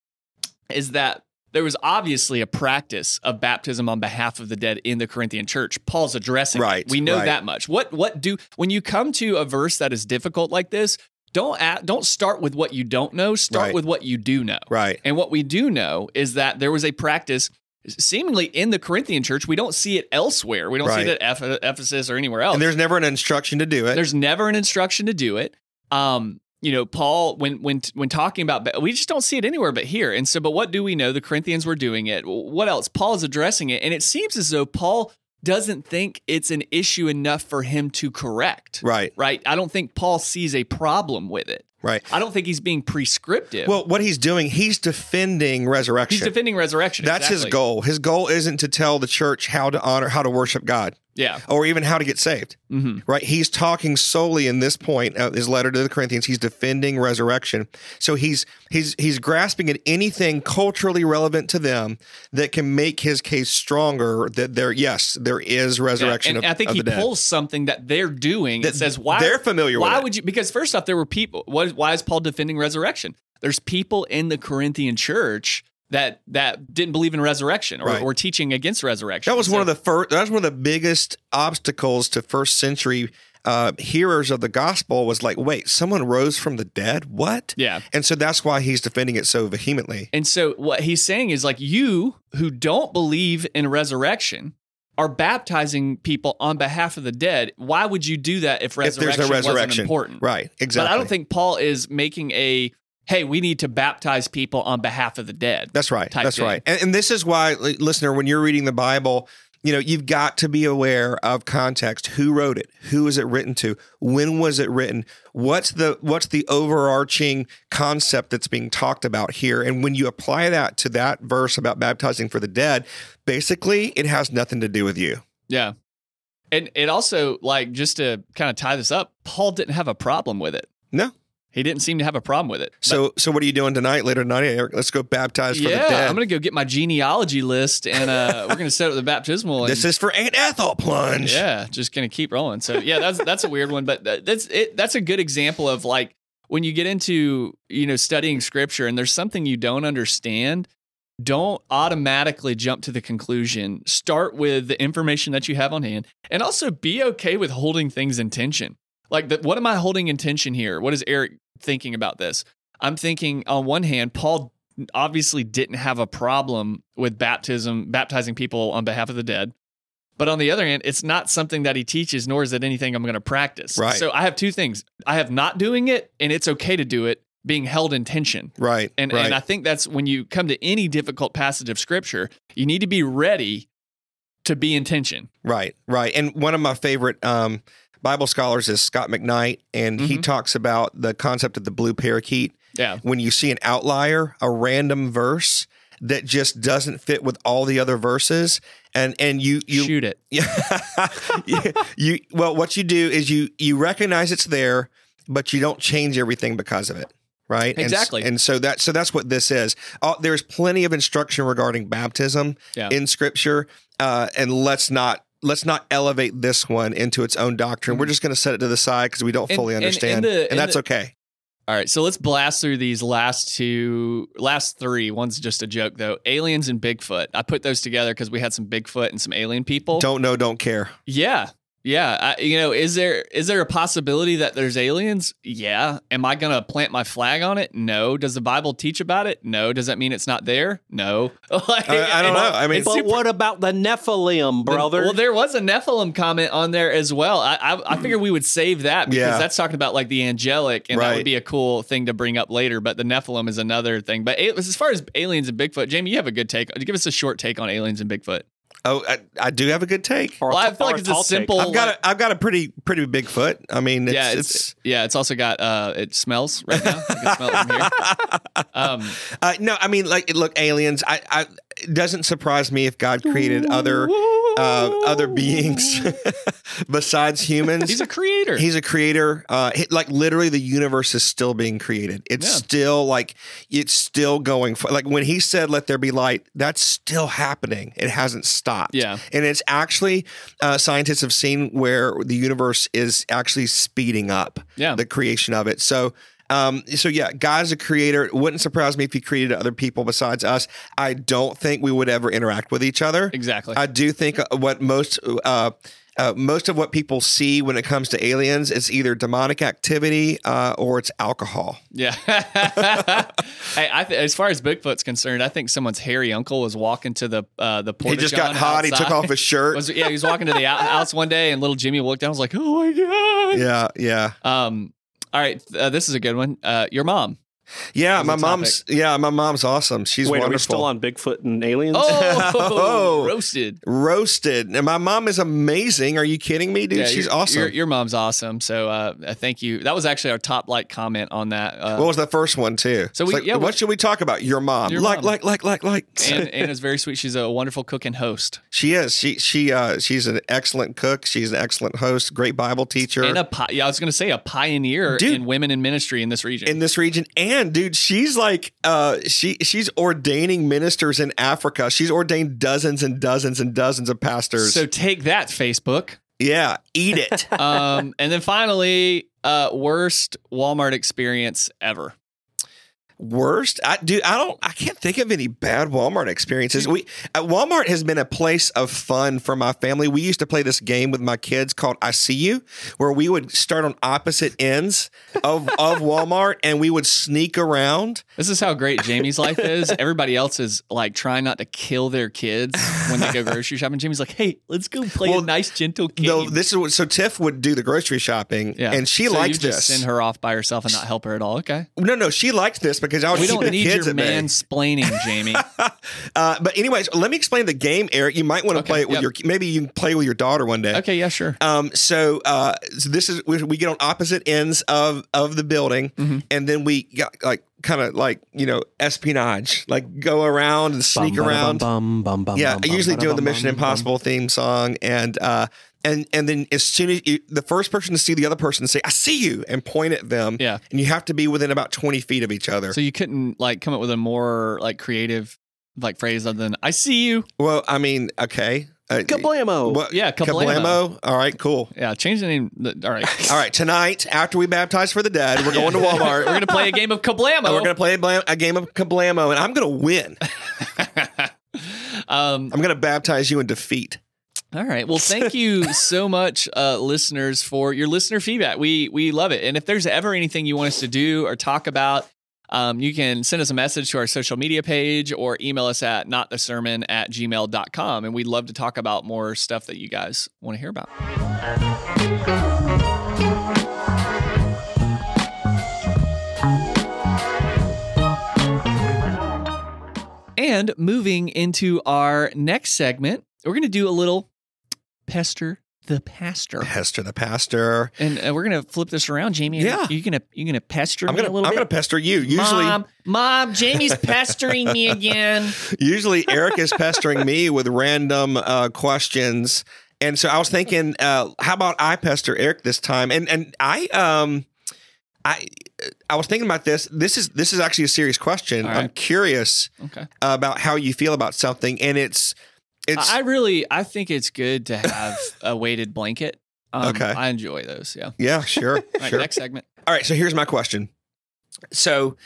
Speaker 2: is that there was obviously a practice of baptism on behalf of the dead in the Corinthian church. Paul's addressing. it.
Speaker 3: Right,
Speaker 2: We know
Speaker 3: right.
Speaker 2: that much. What what do when you come to a verse that is difficult like this? Don't at, don't start with what you don't know. Start
Speaker 3: Right.
Speaker 2: with what you do know.
Speaker 3: Right.
Speaker 2: And what we do know is that there was a practice seemingly in the Corinthian church. We don't see it elsewhere. We don't
Speaker 3: Right.
Speaker 2: see it at Eph- Ephesus or anywhere else.
Speaker 3: And there's never an instruction to do it.
Speaker 2: There's never an instruction to do it. Um, you know, Paul, when when when talking about, we just don't see it anywhere but here. And so, but what do we know? The Corinthians were doing it. What else? Paul's addressing it, and it seems as though Paul doesn't think it's an issue enough for him to correct.
Speaker 3: Right.
Speaker 2: Right. I don't think Paul sees a problem with it.
Speaker 3: Right.
Speaker 2: I don't think he's being prescriptive.
Speaker 3: Well, what he's doing, he's defending resurrection.
Speaker 2: he's defending resurrection.
Speaker 3: That's his
Speaker 2: Exactly.
Speaker 3: goal. His goal isn't to tell the church how to honor, how to worship God,
Speaker 2: Yeah.
Speaker 3: or even how to get saved.
Speaker 2: Mm-hmm.
Speaker 3: right? He's talking solely in this point, uh, his letter to the Corinthians. He's defending resurrection, so he's he's he's grasping at anything culturally relevant to them that can make his case stronger. That there, yes, there is resurrection.
Speaker 2: And
Speaker 3: of,
Speaker 2: I think
Speaker 3: of
Speaker 2: he
Speaker 3: the dead.
Speaker 2: pulls something that they're doing that,
Speaker 3: That
Speaker 2: says why
Speaker 3: they're familiar
Speaker 2: Why
Speaker 3: with it.
Speaker 2: would you? Because first off, there were people. What, why is Paul defending resurrection? There's people in the Corinthian church that that didn't believe in resurrection or,
Speaker 3: Right.
Speaker 2: or teaching against resurrection.
Speaker 3: That was
Speaker 2: So-
Speaker 3: one of the first. That was one of the biggest obstacles to first century uh, hearers of the gospel. Was like, wait, someone rose from the dead? What?
Speaker 2: yeah.
Speaker 3: And so that's why he's defending it so vehemently.
Speaker 2: And so what he's saying is like you who don't believe in resurrection are baptizing people on behalf of the dead. Why would you do that if
Speaker 3: If
Speaker 2: resurrection,
Speaker 3: there's a
Speaker 2: wasn't
Speaker 3: resurrection,
Speaker 2: important?
Speaker 3: right? Exactly.
Speaker 2: But I don't think Paul is making a hey, we need to baptize people on behalf of the dead.
Speaker 3: That's right.
Speaker 2: type
Speaker 3: That's
Speaker 2: thing.
Speaker 3: right. And, and this is why, li- listener, when you're reading the Bible, you know you've got to be aware of context. Who wrote it? Who is it written to? When was it written? What's the what's the overarching concept that's being talked about here? And when you apply that to that verse about baptizing for the dead, basically it has nothing to do with you.
Speaker 2: Yeah. And it also, like, just to kind of tie this up, Paul didn't have a problem with it.
Speaker 3: No.
Speaker 2: He didn't seem to have a problem with it.
Speaker 3: So so what are you doing tonight? Later tonight, Eric? Let's go baptize for
Speaker 2: yeah,
Speaker 3: the dead.
Speaker 2: I'm going to go get my genealogy list and uh, we're going to set up the baptismal. And,
Speaker 3: *laughs* this is for Aunt Ethel plunge.
Speaker 2: Yeah, just going to keep rolling. So, yeah, that's that's a weird one, but that- that's it, that's a good example of like, wh- when you get into you know studying scripture and there's something you don't understand don't automatically jump to the conclusion start with the information that you have on hand and also be okay with holding things in tension like the, what am i holding in tension here what is eric thinking about this i'm thinking on one hand paul obviously didn't have a problem with baptism baptizing people on behalf of the dead but on the other hand, it's not something that he teaches, nor is it anything I'm going to practice.
Speaker 3: Right.
Speaker 2: So I have two things. I have not doing it, and it's okay to do it, being held in tension.
Speaker 3: Right.
Speaker 2: And,
Speaker 3: right.
Speaker 2: and I think that's when you come to any difficult passage of scripture, you need to be ready to be in tension.
Speaker 3: Right, right. And one of my favorite um, Bible scholars is Scott McKnight, and he talks about the concept of the blue parakeet.
Speaker 2: Yeah.
Speaker 3: When you see an outlier, a random verse that just doesn't fit with all the other verses, and and you you
Speaker 2: Shoot it.
Speaker 3: yeah. you well, what you do is you you recognize it's there, but you don't change everything because of it, right? And s-
Speaker 2: Exactly.
Speaker 3: And, so that so that's what this is. Uh, there's plenty of instruction regarding baptism
Speaker 2: Yeah.
Speaker 3: in Scripture, uh, and let's not let's not elevate this one into its own doctrine. We're just going to set it to the side because we don't
Speaker 2: Mm-hmm. And-
Speaker 3: fully
Speaker 2: and- and
Speaker 3: understand, and,
Speaker 2: the- and
Speaker 3: that's
Speaker 2: the-
Speaker 3: okay.
Speaker 2: All right. So let's blast through these last two, last three. One's just a joke, though. Aliens and Bigfoot. I put those together because we had some Bigfoot and some alien people.
Speaker 3: Don't know, don't care.
Speaker 2: Yeah. Yeah, I, you know, is there is there a possibility that there's aliens? Yeah. Am I gonna plant my flag on it? No. Does the Bible teach about it? No. Does that mean it's not there? No. *laughs* Like,
Speaker 3: I,
Speaker 2: *laughs*
Speaker 3: I don't know.
Speaker 2: it's-
Speaker 3: I mean,
Speaker 2: it's
Speaker 4: But
Speaker 2: super-
Speaker 4: what about the Nephilim, brother?
Speaker 2: Well, there was a Nephilim comment on there as well. I I, I figured we would save that because
Speaker 3: Yeah.
Speaker 2: that's talking about like the angelic, and that
Speaker 3: Right.
Speaker 2: would be a cool thing to bring up later. But the Nephilim is another thing. But a- as far as aliens and Bigfoot, Jamie, you have a good take. Give us a short take on aliens and Bigfoot.
Speaker 3: oh, I, I do have a good take.
Speaker 4: Or a
Speaker 2: well, I
Speaker 4: t-
Speaker 2: feel like
Speaker 4: or
Speaker 2: it's a
Speaker 4: tall take.
Speaker 2: simple-
Speaker 3: I've got a, I've got a pretty pretty big foot. I mean, it's,
Speaker 2: yeah, it's,
Speaker 3: it's
Speaker 2: yeah, it's also got uh, it smells right now. I can smell it from
Speaker 3: *laughs*
Speaker 2: here. Um,
Speaker 3: Uh, no, I mean, like, look, aliens. I, I, it doesn't surprise me if God created other, uh, other beings *laughs* besides humans.
Speaker 2: he's a creator.
Speaker 3: He's a creator. Uh, he- like literally, the universe is still being created. It's
Speaker 2: Yeah.
Speaker 3: still like it's still going. For, like when he said, "Let there be light," that's still happening. It hasn't stopped.
Speaker 2: Yeah.
Speaker 3: and it's actually uh, scientists have seen where the universe is actually speeding up.
Speaker 2: Yeah.
Speaker 3: the creation of it. So. Um, so yeah, God's a creator. It wouldn't surprise me if he created other people besides us. I don't think we would ever interact with each other.
Speaker 2: exactly.
Speaker 3: I do think what most uh, uh, most of what people see when it comes to aliens is either demonic activity uh, or it's alcohol.
Speaker 2: yeah. *laughs* hey, I th- as far as Bigfoot's concerned, I think someone's hairy uncle was walking to the uh, the porta
Speaker 3: he just got hot. He took off his shirt.
Speaker 2: Was, yeah, he was walking to the out- house one day, and little Jimmy looked down. and Was like, "Oh my god!"
Speaker 3: *laughs* yeah, yeah,
Speaker 2: Um, all right, uh, this is a good one. Uh, your mom.
Speaker 3: yeah.
Speaker 2: As a
Speaker 3: My
Speaker 2: topic.
Speaker 3: mom's yeah, my mom's awesome. She's
Speaker 4: Wait, are we
Speaker 3: wonderful.
Speaker 4: still on Bigfoot and aliens? *laughs*
Speaker 2: Oh,
Speaker 3: *laughs* Oh.
Speaker 2: roasted.
Speaker 3: Roasted, and my mom is amazing. Are you kidding me, dude?
Speaker 2: Yeah,
Speaker 3: She's
Speaker 2: your-
Speaker 3: awesome.
Speaker 2: Your, your mom's awesome. So uh, uh, thank you. That was actually our top like comment on that. Uh,
Speaker 3: what was the first one too?
Speaker 2: So we-
Speaker 3: It's like,
Speaker 2: yeah,
Speaker 3: what
Speaker 2: we-
Speaker 3: should we talk about? Your mom,
Speaker 2: Your
Speaker 3: like,
Speaker 2: mom.
Speaker 3: like, like, like, like.
Speaker 2: Ann- Anna's very sweet. She's a wonderful cook and host
Speaker 3: *laughs* she is. She she uh, she's an excellent cook. She's an excellent host. Great Bible teacher.
Speaker 2: and a pi- yeah. I was going to say a pioneer
Speaker 3: Dude.
Speaker 2: in women in ministry in this region.
Speaker 3: in this region and dude she's like uh she she's ordaining ministers in africa she's ordained dozens and dozens and dozens of pastors
Speaker 2: so take that Facebook.
Speaker 3: yeah
Speaker 2: *laughs*
Speaker 3: eat it
Speaker 2: Um, and then finally, uh, worst Walmart experience ever.
Speaker 3: worst i do i don't i can't think of any bad walmart experiences we uh, walmart has been a place of fun for my family we used to play this game with my kids called i see you where we would start on opposite ends
Speaker 2: *laughs*
Speaker 3: of of walmart and we would sneak around
Speaker 2: This is how great Jamie's life is.
Speaker 3: *laughs*
Speaker 2: Everybody else is like trying not to kill their kids when they
Speaker 3: *laughs*
Speaker 2: go grocery shopping. Jamie's like, "Hey, let's go play
Speaker 3: Well,
Speaker 2: a nice, gentle game."
Speaker 3: no this is what so tiff would do the grocery shopping
Speaker 2: yeah,
Speaker 3: and she
Speaker 2: so
Speaker 3: likes
Speaker 2: you just
Speaker 3: this
Speaker 2: Send her off by herself and not help her at all. Okay,
Speaker 3: No, no, Oh, she liked this because I was
Speaker 2: we don't
Speaker 3: keeping the
Speaker 2: need
Speaker 3: kids
Speaker 2: your
Speaker 3: at bay.
Speaker 2: mansplaining,
Speaker 3: *laughs*
Speaker 2: Jamie.
Speaker 3: Uh, but anyways, let me explain the game, Eric. You might want to
Speaker 2: Okay,
Speaker 3: play it with
Speaker 2: yep.
Speaker 3: your maybe you can play with your daughter one day.
Speaker 2: okay, yeah, sure.
Speaker 3: Um, so, uh, so this is we, we get on opposite ends of of the building,
Speaker 2: Mm-hmm.
Speaker 3: and then we got like kind of like you know espionage, like go around and sneak around. yeah, I usually doing the Mission Impossible theme song, and uh, and and then as soon as you, the first person to see the other person say "I see you" and point at them,
Speaker 2: Yeah.
Speaker 3: and you have to be within about twenty feet of each other.
Speaker 2: So you couldn't like come up with a more like creative like phrase other than "I see you."
Speaker 3: Well, I mean, okay. Uh,
Speaker 4: Kablamo.
Speaker 3: what-
Speaker 2: Yeah, kablamo.
Speaker 3: Kablamo? All right, cool.
Speaker 2: Yeah, change the name. The- All right.
Speaker 3: All right, tonight after we baptize for the dead, we're going to Walmart.
Speaker 2: We're *laughs* going to play a game
Speaker 3: *laughs*
Speaker 2: of kablamo.
Speaker 3: and Oh, we're gonna play a, blam- a game of kablamo, and I'm gonna win.
Speaker 2: um,
Speaker 3: I'm gonna baptize you in defeat.
Speaker 2: All right. Well, thank you so much, uh, listeners, for your listener feedback. We we love it. And if there's ever anything you want us to do or talk about, um, you can send us a message to our social media page or email us at notthesermon at gmail.com. And we'd love to talk about more stuff that you guys want to hear about. And moving into our next segment, we're going to do a little pester the pastor.
Speaker 3: *laughs* Pester the pastor.
Speaker 2: And uh, we're gonna flip this around, Jamie.
Speaker 3: Yeah.
Speaker 2: you gonna you gonna pester
Speaker 3: I'm
Speaker 2: me
Speaker 3: gonna
Speaker 2: a
Speaker 3: I'm
Speaker 2: little
Speaker 3: gonna
Speaker 2: bit.
Speaker 3: pester you. Usually,
Speaker 2: mom, *laughs* mom,
Speaker 3: *laughs*
Speaker 2: Jamie's pestering me again.
Speaker 3: usually Eric is pestering me with random uh, questions, and so I was thinking, uh, how about I pester Eric this time? And and I um, I I was thinking about this. This is this is actually a serious question.
Speaker 2: All
Speaker 3: I'm
Speaker 2: right.
Speaker 3: curious
Speaker 2: Okay,
Speaker 3: about how you feel about something, and it's it's
Speaker 2: I I really I think it's good to have a weighted blanket. Um,
Speaker 3: Okay.
Speaker 2: I enjoy those. Yeah. *laughs* All
Speaker 3: yeah, sure,
Speaker 2: right,
Speaker 3: sure.
Speaker 2: next segment.
Speaker 3: All right, so here's my question. So,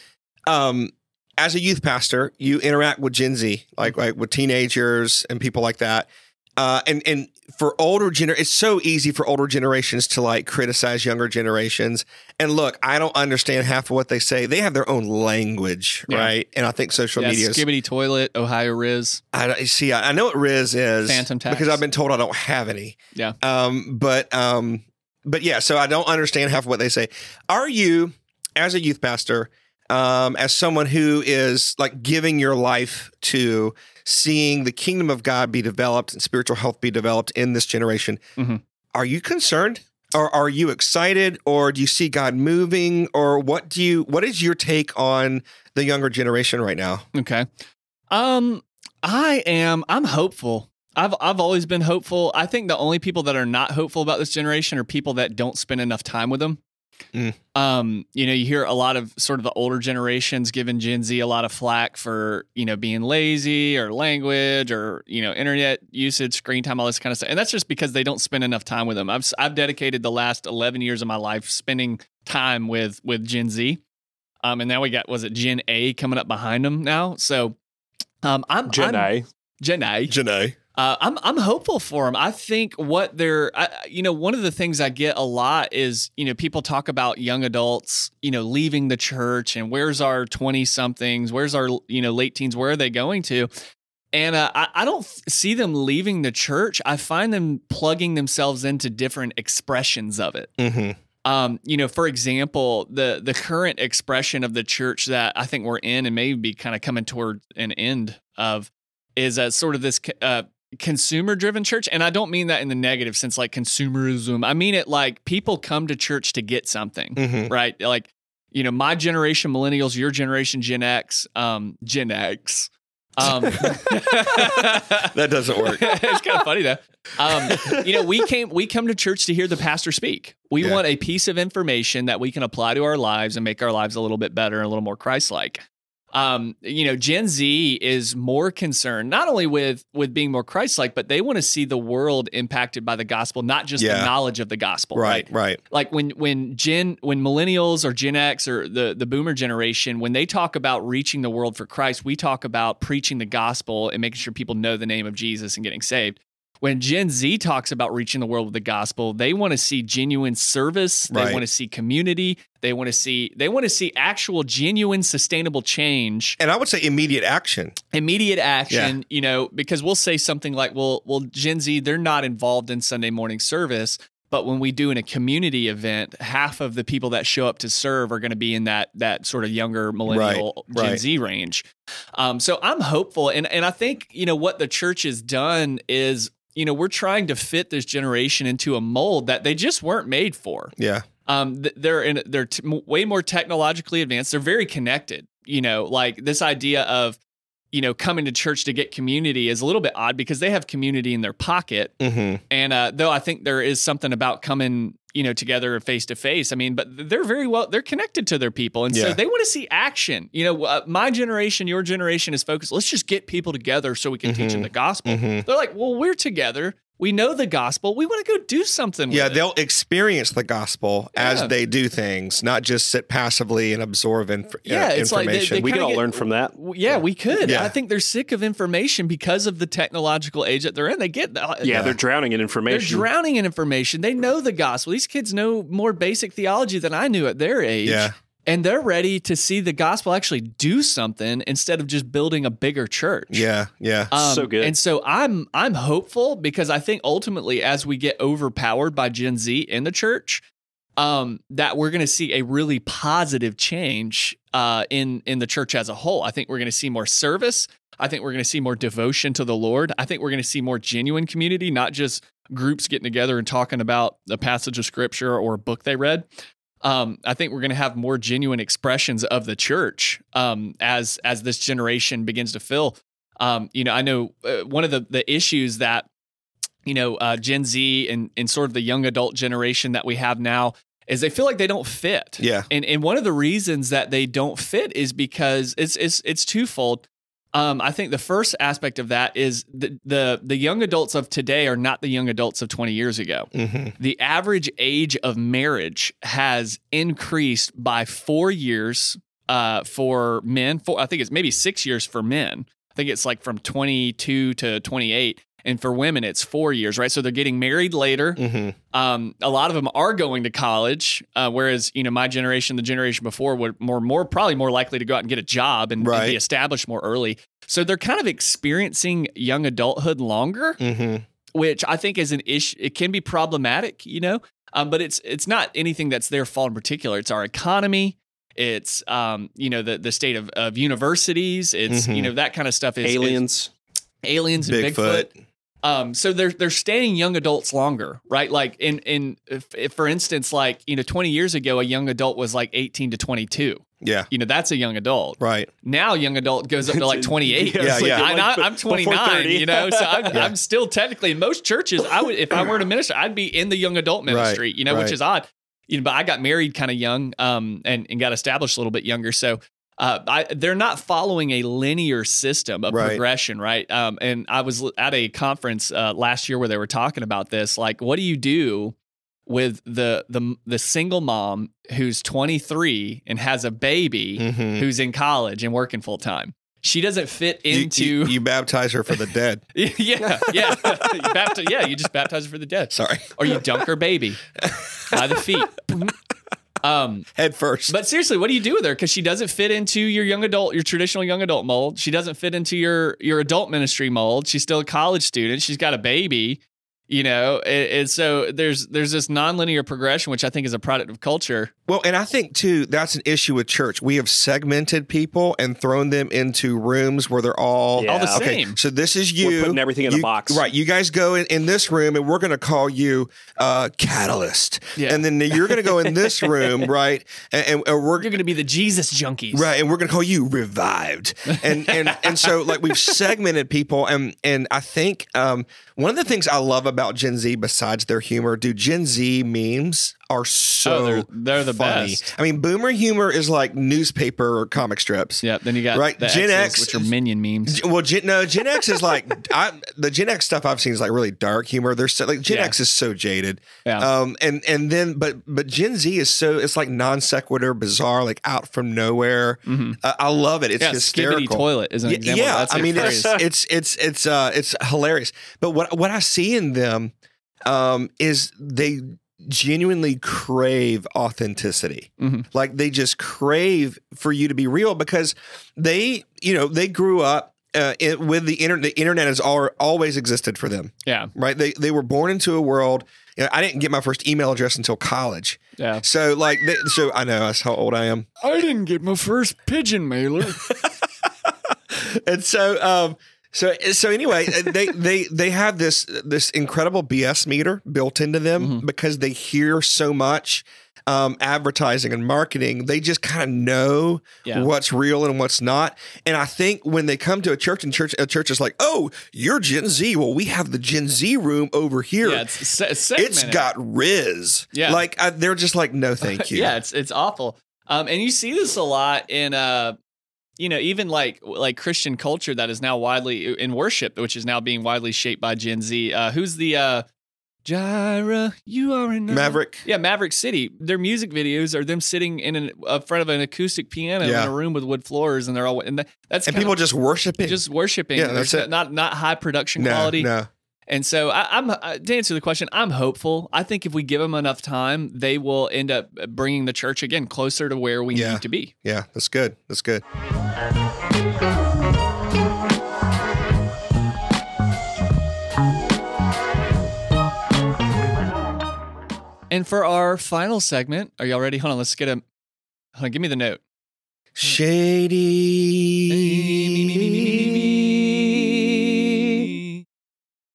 Speaker 3: um, as a youth pastor, you interact with Gen Z, like like with teenagers and people like that. Uh, and and for older gener, it's so easy for older generations to like criticize younger generations. And look, I don't understand half of what they say. They have their own language,
Speaker 2: Yeah.
Speaker 3: right? And I think social
Speaker 2: Yeah,
Speaker 3: media is
Speaker 2: Skibbity toilet, Ohio Riz.
Speaker 3: I don't- see. I, I know what Riz is
Speaker 2: Phantom tax.
Speaker 3: because I've been told I don't have any.
Speaker 2: Yeah.
Speaker 3: Um. But um. But yeah. So I don't understand half of what they say. Are you, as a youth pastor, um, as someone who is like giving your life to seeing the kingdom of God be developed and spiritual health be developed in this generation,
Speaker 2: Mhm.
Speaker 3: are you concerned? Or are you excited, or do you see God moving, or what do you? What is your take on the younger generation right now?
Speaker 2: Okay. Um, I am. I'm hopeful. I've I've always been hopeful. I think the only people that are not hopeful about this generation are people that don't spend enough time with them.
Speaker 3: Mm.
Speaker 2: Um, you know, you hear a lot of sort of the older generations giving Gen Z a lot of flack for you know being lazy or language or you know internet usage, screen time, all this kind of stuff. And that's just because they don't spend enough time with them. I've s- I've dedicated the last eleven years of my life spending time with with Gen Z. Um, and now we got was it Gen A coming up behind them now. So, um, I'm
Speaker 4: Gen
Speaker 2: I'm,
Speaker 4: A.
Speaker 2: Gen A.
Speaker 3: Janae,
Speaker 2: Uh, I'm I'm hopeful for them. I think what they're, I, I- you know, one of the things I get a lot is, you know, people talk about young adults, you know, leaving the church and where's our twenty somethings, where's our you know late teens, where are they going to? And uh, I, I don't f- see them leaving the church. I find them plugging themselves into different expressions of it
Speaker 3: mm-hmm.
Speaker 2: um, you know, for example, the the current expression of the church that I think we're in and maybe kind of coming toward an end of is uh, sort of this uh, consumer driven church, and I don't mean that in the negative sense, like consumerism. I mean it like people come to church to get something,
Speaker 3: Mm-hmm.
Speaker 2: right? Like, you know, my generation, millennials, your generation, Gen X, um, Gen X. Um, *laughs*
Speaker 3: That doesn't *laughs* work.
Speaker 2: it's kind of funny though. Um, you know, we came we come to church to hear the pastor speak. We
Speaker 3: Yeah.
Speaker 2: want a piece of information that we can apply to our lives and make our lives a little bit better and a little more Christ-like. Um, you know, Gen Z is more concerned not only with with being more Christ-like, but they want to see the world impacted by the gospel, not just the
Speaker 3: Yeah.
Speaker 2: knowledge of the gospel.
Speaker 3: Right, right.
Speaker 2: like when when gen when millennials or gen x or the the boomer generation when they talk about reaching the world for christ we talk about preaching the gospel and making sure people know the name of jesus and getting saved when gen z talks about reaching the world with the gospel they want to see genuine service they
Speaker 3: Right.
Speaker 2: want to see community they want to see they want to see actual genuine sustainable change
Speaker 3: And I would say immediate action.
Speaker 2: immediate action, you know, because we'll say something like, well, well, Gen Z, they're not involved in Sunday morning service. But when we do in a community event, half of the people that show up to serve are going to be in that that sort of younger millennial
Speaker 3: Right,
Speaker 2: Gen
Speaker 3: right.
Speaker 2: Z range. Um, so I'm hopeful, and and I think you know what the church has done is you know we're trying to fit this generation into a mold that they just weren't made for
Speaker 3: Yeah.
Speaker 2: um, th- they're in they're t- m- way more technologically advanced. They're very connected. You know, like this idea of you know coming to church to get community is a little bit odd because they have community in their pocket.
Speaker 3: Mm-hmm.
Speaker 2: And uh, though I think there is something about coming you know, together and face to face. I mean, but they're very well, they're connected to their people. And so
Speaker 3: Yeah.
Speaker 2: they want to see action. You know, uh, my generation, your generation is focused. Let's just get people together so we can teach them the gospel.
Speaker 3: Mhm.
Speaker 2: They're like, well, we're together. We know the gospel. We want to go do something.
Speaker 3: Yeah,
Speaker 2: with it.
Speaker 3: they'll experience the gospel
Speaker 2: Yeah.
Speaker 3: as they do things, not just sit passively and absorb inf-
Speaker 2: Yeah,
Speaker 3: uh,
Speaker 2: it's like they-
Speaker 3: information.
Speaker 2: they
Speaker 3: We-
Speaker 4: we could
Speaker 2: kinda
Speaker 4: all
Speaker 2: get-
Speaker 4: learn from that.
Speaker 2: W- Yeah, we could.
Speaker 3: Yeah.
Speaker 2: I think they're sick of information because of the technological age that they're in. They get the,
Speaker 4: Yeah, they're drowning in
Speaker 2: they're
Speaker 4: information.
Speaker 2: drowning in information. They know the gospel. These kids know more basic theology than I knew at their age.
Speaker 3: Yeah.
Speaker 2: And they're ready to see the gospel actually do something instead of just building a bigger church.
Speaker 3: yeah, yeah.
Speaker 2: Uh,
Speaker 4: So good.
Speaker 2: Um, And so I'm I'm hopeful because I think ultimately as we get overpowered by Gen Z in the church, um, that we're going to see a really positive change uh, in in the church as a whole. I think we're going to see more service. I think we're going to see more devotion to the Lord. I think we're going to see more genuine community, not just groups getting together and talking about a passage of scripture or a book they read. Um, I think we're going to have more genuine expressions of the church um, as as this generation begins to fill um, you know, I know uh, one of the the issues that you know uh, Gen Z and and sort of the young adult generation that we have now is they feel like they don't fit.
Speaker 3: yeah.
Speaker 2: And and one of the reasons that they don't fit is because it's it's it's twofold. Um, I think the first aspect of that is the, the the young adults of today are not the young adults of 20 years ago.
Speaker 3: hmm
Speaker 2: The average age of marriage has increased by four years uh, for men. Four, I think it's maybe six years for men. I think it's like from 22 to 28. And for women, it's four years, right? So they're getting married later.
Speaker 3: hmm
Speaker 2: Um, a lot of them are going to college, uh, whereas you know my generation, the generation before, were more, more probably more likely to go out and get a job and, and
Speaker 3: Right.
Speaker 2: be established more early. So they're kind of experiencing young adulthood longer
Speaker 3: hmm
Speaker 2: which I think is an issue. It can be problematic, you know, um, but it's it's not anything that's their fault in particular. It's our economy. It's um, you know the the state of, of universities. It's you
Speaker 3: Mhm.
Speaker 2: know that kind of stuff is is-
Speaker 4: Aliens.
Speaker 2: aliens, and Bigfoot.
Speaker 3: Bigfoot.
Speaker 2: Um, so they're they're staying young adults longer, right? Like in in if, if, for instance, like you know, twenty years ago, a young adult was like eighteen to twenty two.
Speaker 3: Yeah,
Speaker 2: You know, that's a young adult
Speaker 3: right.
Speaker 2: now young adult goes up to like 28
Speaker 3: *laughs*
Speaker 4: Yeah,
Speaker 3: Yeah,
Speaker 2: It's like,
Speaker 3: yeah.
Speaker 2: And I, i'm
Speaker 4: Before
Speaker 2: 29
Speaker 4: 30.
Speaker 2: you know so I'm,
Speaker 3: *laughs* Yeah.
Speaker 2: I'm still technically in most churches i would if i
Speaker 3: *clears throat*
Speaker 2: were to minister i'd be in the young adult ministry you know which
Speaker 3: right.
Speaker 2: is odd you know but i got married kind of young um and, and got established a little bit younger so uh, I, they're not following a linear system of
Speaker 3: Right.
Speaker 2: progression, right? Um, and I was l- at a conference uh, last year where they were talking about this. Like, what do you do with the the the single mom who's 23 and has a baby?
Speaker 3: Mm-hmm.
Speaker 2: who's in college and working full time. She doesn't fit into
Speaker 3: you, you baptize her for the dead.
Speaker 2: *laughs*
Speaker 3: *laughs*
Speaker 2: yeah yeah You bapti- yeah you just baptize her for the dead
Speaker 3: Sorry,
Speaker 2: or you dunk her baby by the feet. Um,
Speaker 3: head first.
Speaker 2: but seriously, what do you do with her? Because she doesn't fit into your young adult, your traditional young adult mold. She doesn't fit into your your adult ministry mold. She's still a college student. She's got a baby, you know. And, and so there's there's this nonlinear progression, which I think is a product of culture.
Speaker 3: Well, and I think too that's an issue with church. We have segmented people and thrown them into rooms where they're all
Speaker 4: All the
Speaker 3: okay,
Speaker 2: same.
Speaker 3: So this is you.
Speaker 4: We're putting everything in
Speaker 3: you,
Speaker 4: a box.
Speaker 3: Right. You guys go in, in this room and we're going to call you uh, Catalyst.
Speaker 2: Yeah.
Speaker 3: And then you're going to go
Speaker 2: *laughs*
Speaker 3: in this room, right? And, and, and we're
Speaker 2: You're going to be the Jesus junkies,
Speaker 3: Right, and we're going to call you revived, and and and so like we've segmented people, and and I think um, one of the things I love about Gen Z, besides their humor, do Gen Z memes are so
Speaker 2: Oh, they're- they're the
Speaker 3: funny.
Speaker 2: best.
Speaker 3: I mean, boomer humor is like newspaper or comic strips.
Speaker 2: Yeah. Then you got
Speaker 3: Right,
Speaker 2: the X's,
Speaker 3: Gen X
Speaker 2: which are
Speaker 3: is-
Speaker 2: minion memes.
Speaker 3: G- Well, Gen, no, Gen X is
Speaker 2: *laughs*
Speaker 3: like I, the Gen X stuff I've seen is like really dark humor. They're so, like Gen
Speaker 2: Yeah.
Speaker 3: X is so jaded,
Speaker 2: Yeah.
Speaker 3: um, and and then but but Gen Z is so it's like non sequitur, bizarre, like out from nowhere. Uh, I love it. It's
Speaker 2: Mm-hmm. yeah, skibbity
Speaker 3: hysterical.
Speaker 2: toilet is an
Speaker 3: Y-
Speaker 2: example.
Speaker 3: Yeah,
Speaker 2: That's
Speaker 3: I
Speaker 2: a
Speaker 3: mean
Speaker 2: phrase.
Speaker 3: it's it's it's it's uh it's hilarious. But what what I see in them um is they genuinely crave authenticity.
Speaker 2: Mhm.
Speaker 3: Like they just crave for you to be real because they you know they grew up uh, it, with the internet. The internet has al- always existed for them,
Speaker 2: yeah,
Speaker 3: right? They they were born into a world. You know, I didn't get my first email address until college.
Speaker 2: yeah.
Speaker 3: So like they, so I know that's how old I am.
Speaker 2: I didn't get my first pigeon mailer.
Speaker 3: and so um So so anyway, uh,
Speaker 2: *laughs*
Speaker 3: they they they have this this incredible BS meter built into them
Speaker 2: Mm-hmm.
Speaker 3: because they hear so much um, advertising and marketing. They just kind of know
Speaker 2: Yeah.
Speaker 3: what's real and what's not. And I think when they come to a church and church a church is like, oh, you're Gen Z. Well, we have the Gen Z room over *laughs* here.
Speaker 2: Yeah, it's se-
Speaker 3: it's
Speaker 2: segmented.
Speaker 3: got Riz.
Speaker 2: Yeah.
Speaker 3: like I, they're just like, no,
Speaker 2: *laughs*
Speaker 3: thank you.
Speaker 2: yeah, it's it's awful. Um, and you see this a lot in uh, you know, even like like Christian culture that is now widely in worship, which is now being widely shaped by Gen Z. Uh, who's the uh, Jira? You are in
Speaker 3: Maverick.
Speaker 2: Yeah, Maverick City. Their music videos are them sitting in an, uh, front of an acoustic piano
Speaker 3: Yeah.
Speaker 2: in a room with wood floors, and they're all and that, that's
Speaker 3: And
Speaker 2: kinda
Speaker 3: people just worshiping.
Speaker 2: just worshiping.
Speaker 3: Yeah,
Speaker 2: There's
Speaker 3: that's it.
Speaker 2: Not not high production
Speaker 3: no,
Speaker 2: quality.
Speaker 3: no.
Speaker 2: And so I, I'm uh, to answer the question, I'm hopeful. I think if we give them enough time, they will end up bringing the church again closer to where we
Speaker 3: Yeah.
Speaker 2: need to be.
Speaker 3: Yeah, that's good. That's good.
Speaker 2: And for our final segment, are y'all ready? Hold on, let's get a. Hold on, give me the note.
Speaker 3: Shady.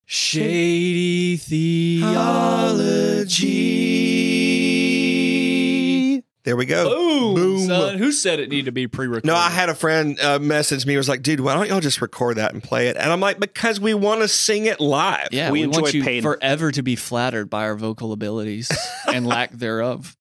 Speaker 2: Shady theology.
Speaker 3: There we go.
Speaker 2: Boom,
Speaker 3: Boom.
Speaker 2: son. Who said it needed to be pre-recorded?
Speaker 3: No, I had a friend uh, message me. Was like, dude, why don't y'all just record that and play it? And I'm like, because we want to sing it live.
Speaker 2: Yeah,
Speaker 4: We
Speaker 2: we, want
Speaker 4: enjoy
Speaker 2: you
Speaker 4: pain.
Speaker 2: forever to be flattered by our vocal abilities *laughs* and lack thereof.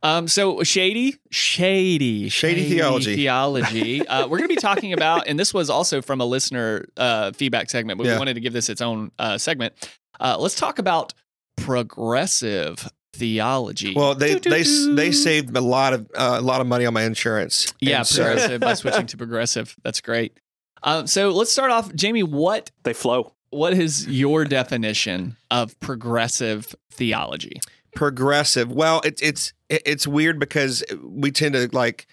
Speaker 2: Um, so shady, shady,
Speaker 3: Shady theology. *laughs*
Speaker 2: theology. Uh, we're going to be talking about, and this was also from a listener uh, feedback segment, but
Speaker 3: Yeah.
Speaker 2: we wanted to give this its own uh, segment. Uh, let's talk about progressive theology.
Speaker 3: Well, they
Speaker 2: Doo, doo,
Speaker 3: they
Speaker 2: doo.
Speaker 3: they saved a lot of uh, a lot of money on my insurance.
Speaker 2: yeah,
Speaker 3: And so-
Speaker 2: progressive by switching to progressive. That's great. Um, so let's start off, Jamie. What
Speaker 4: They flow.
Speaker 2: what is your definition of progressive theology?
Speaker 3: *laughs* progressive. Well, it's it's it- it's weird because we tend to like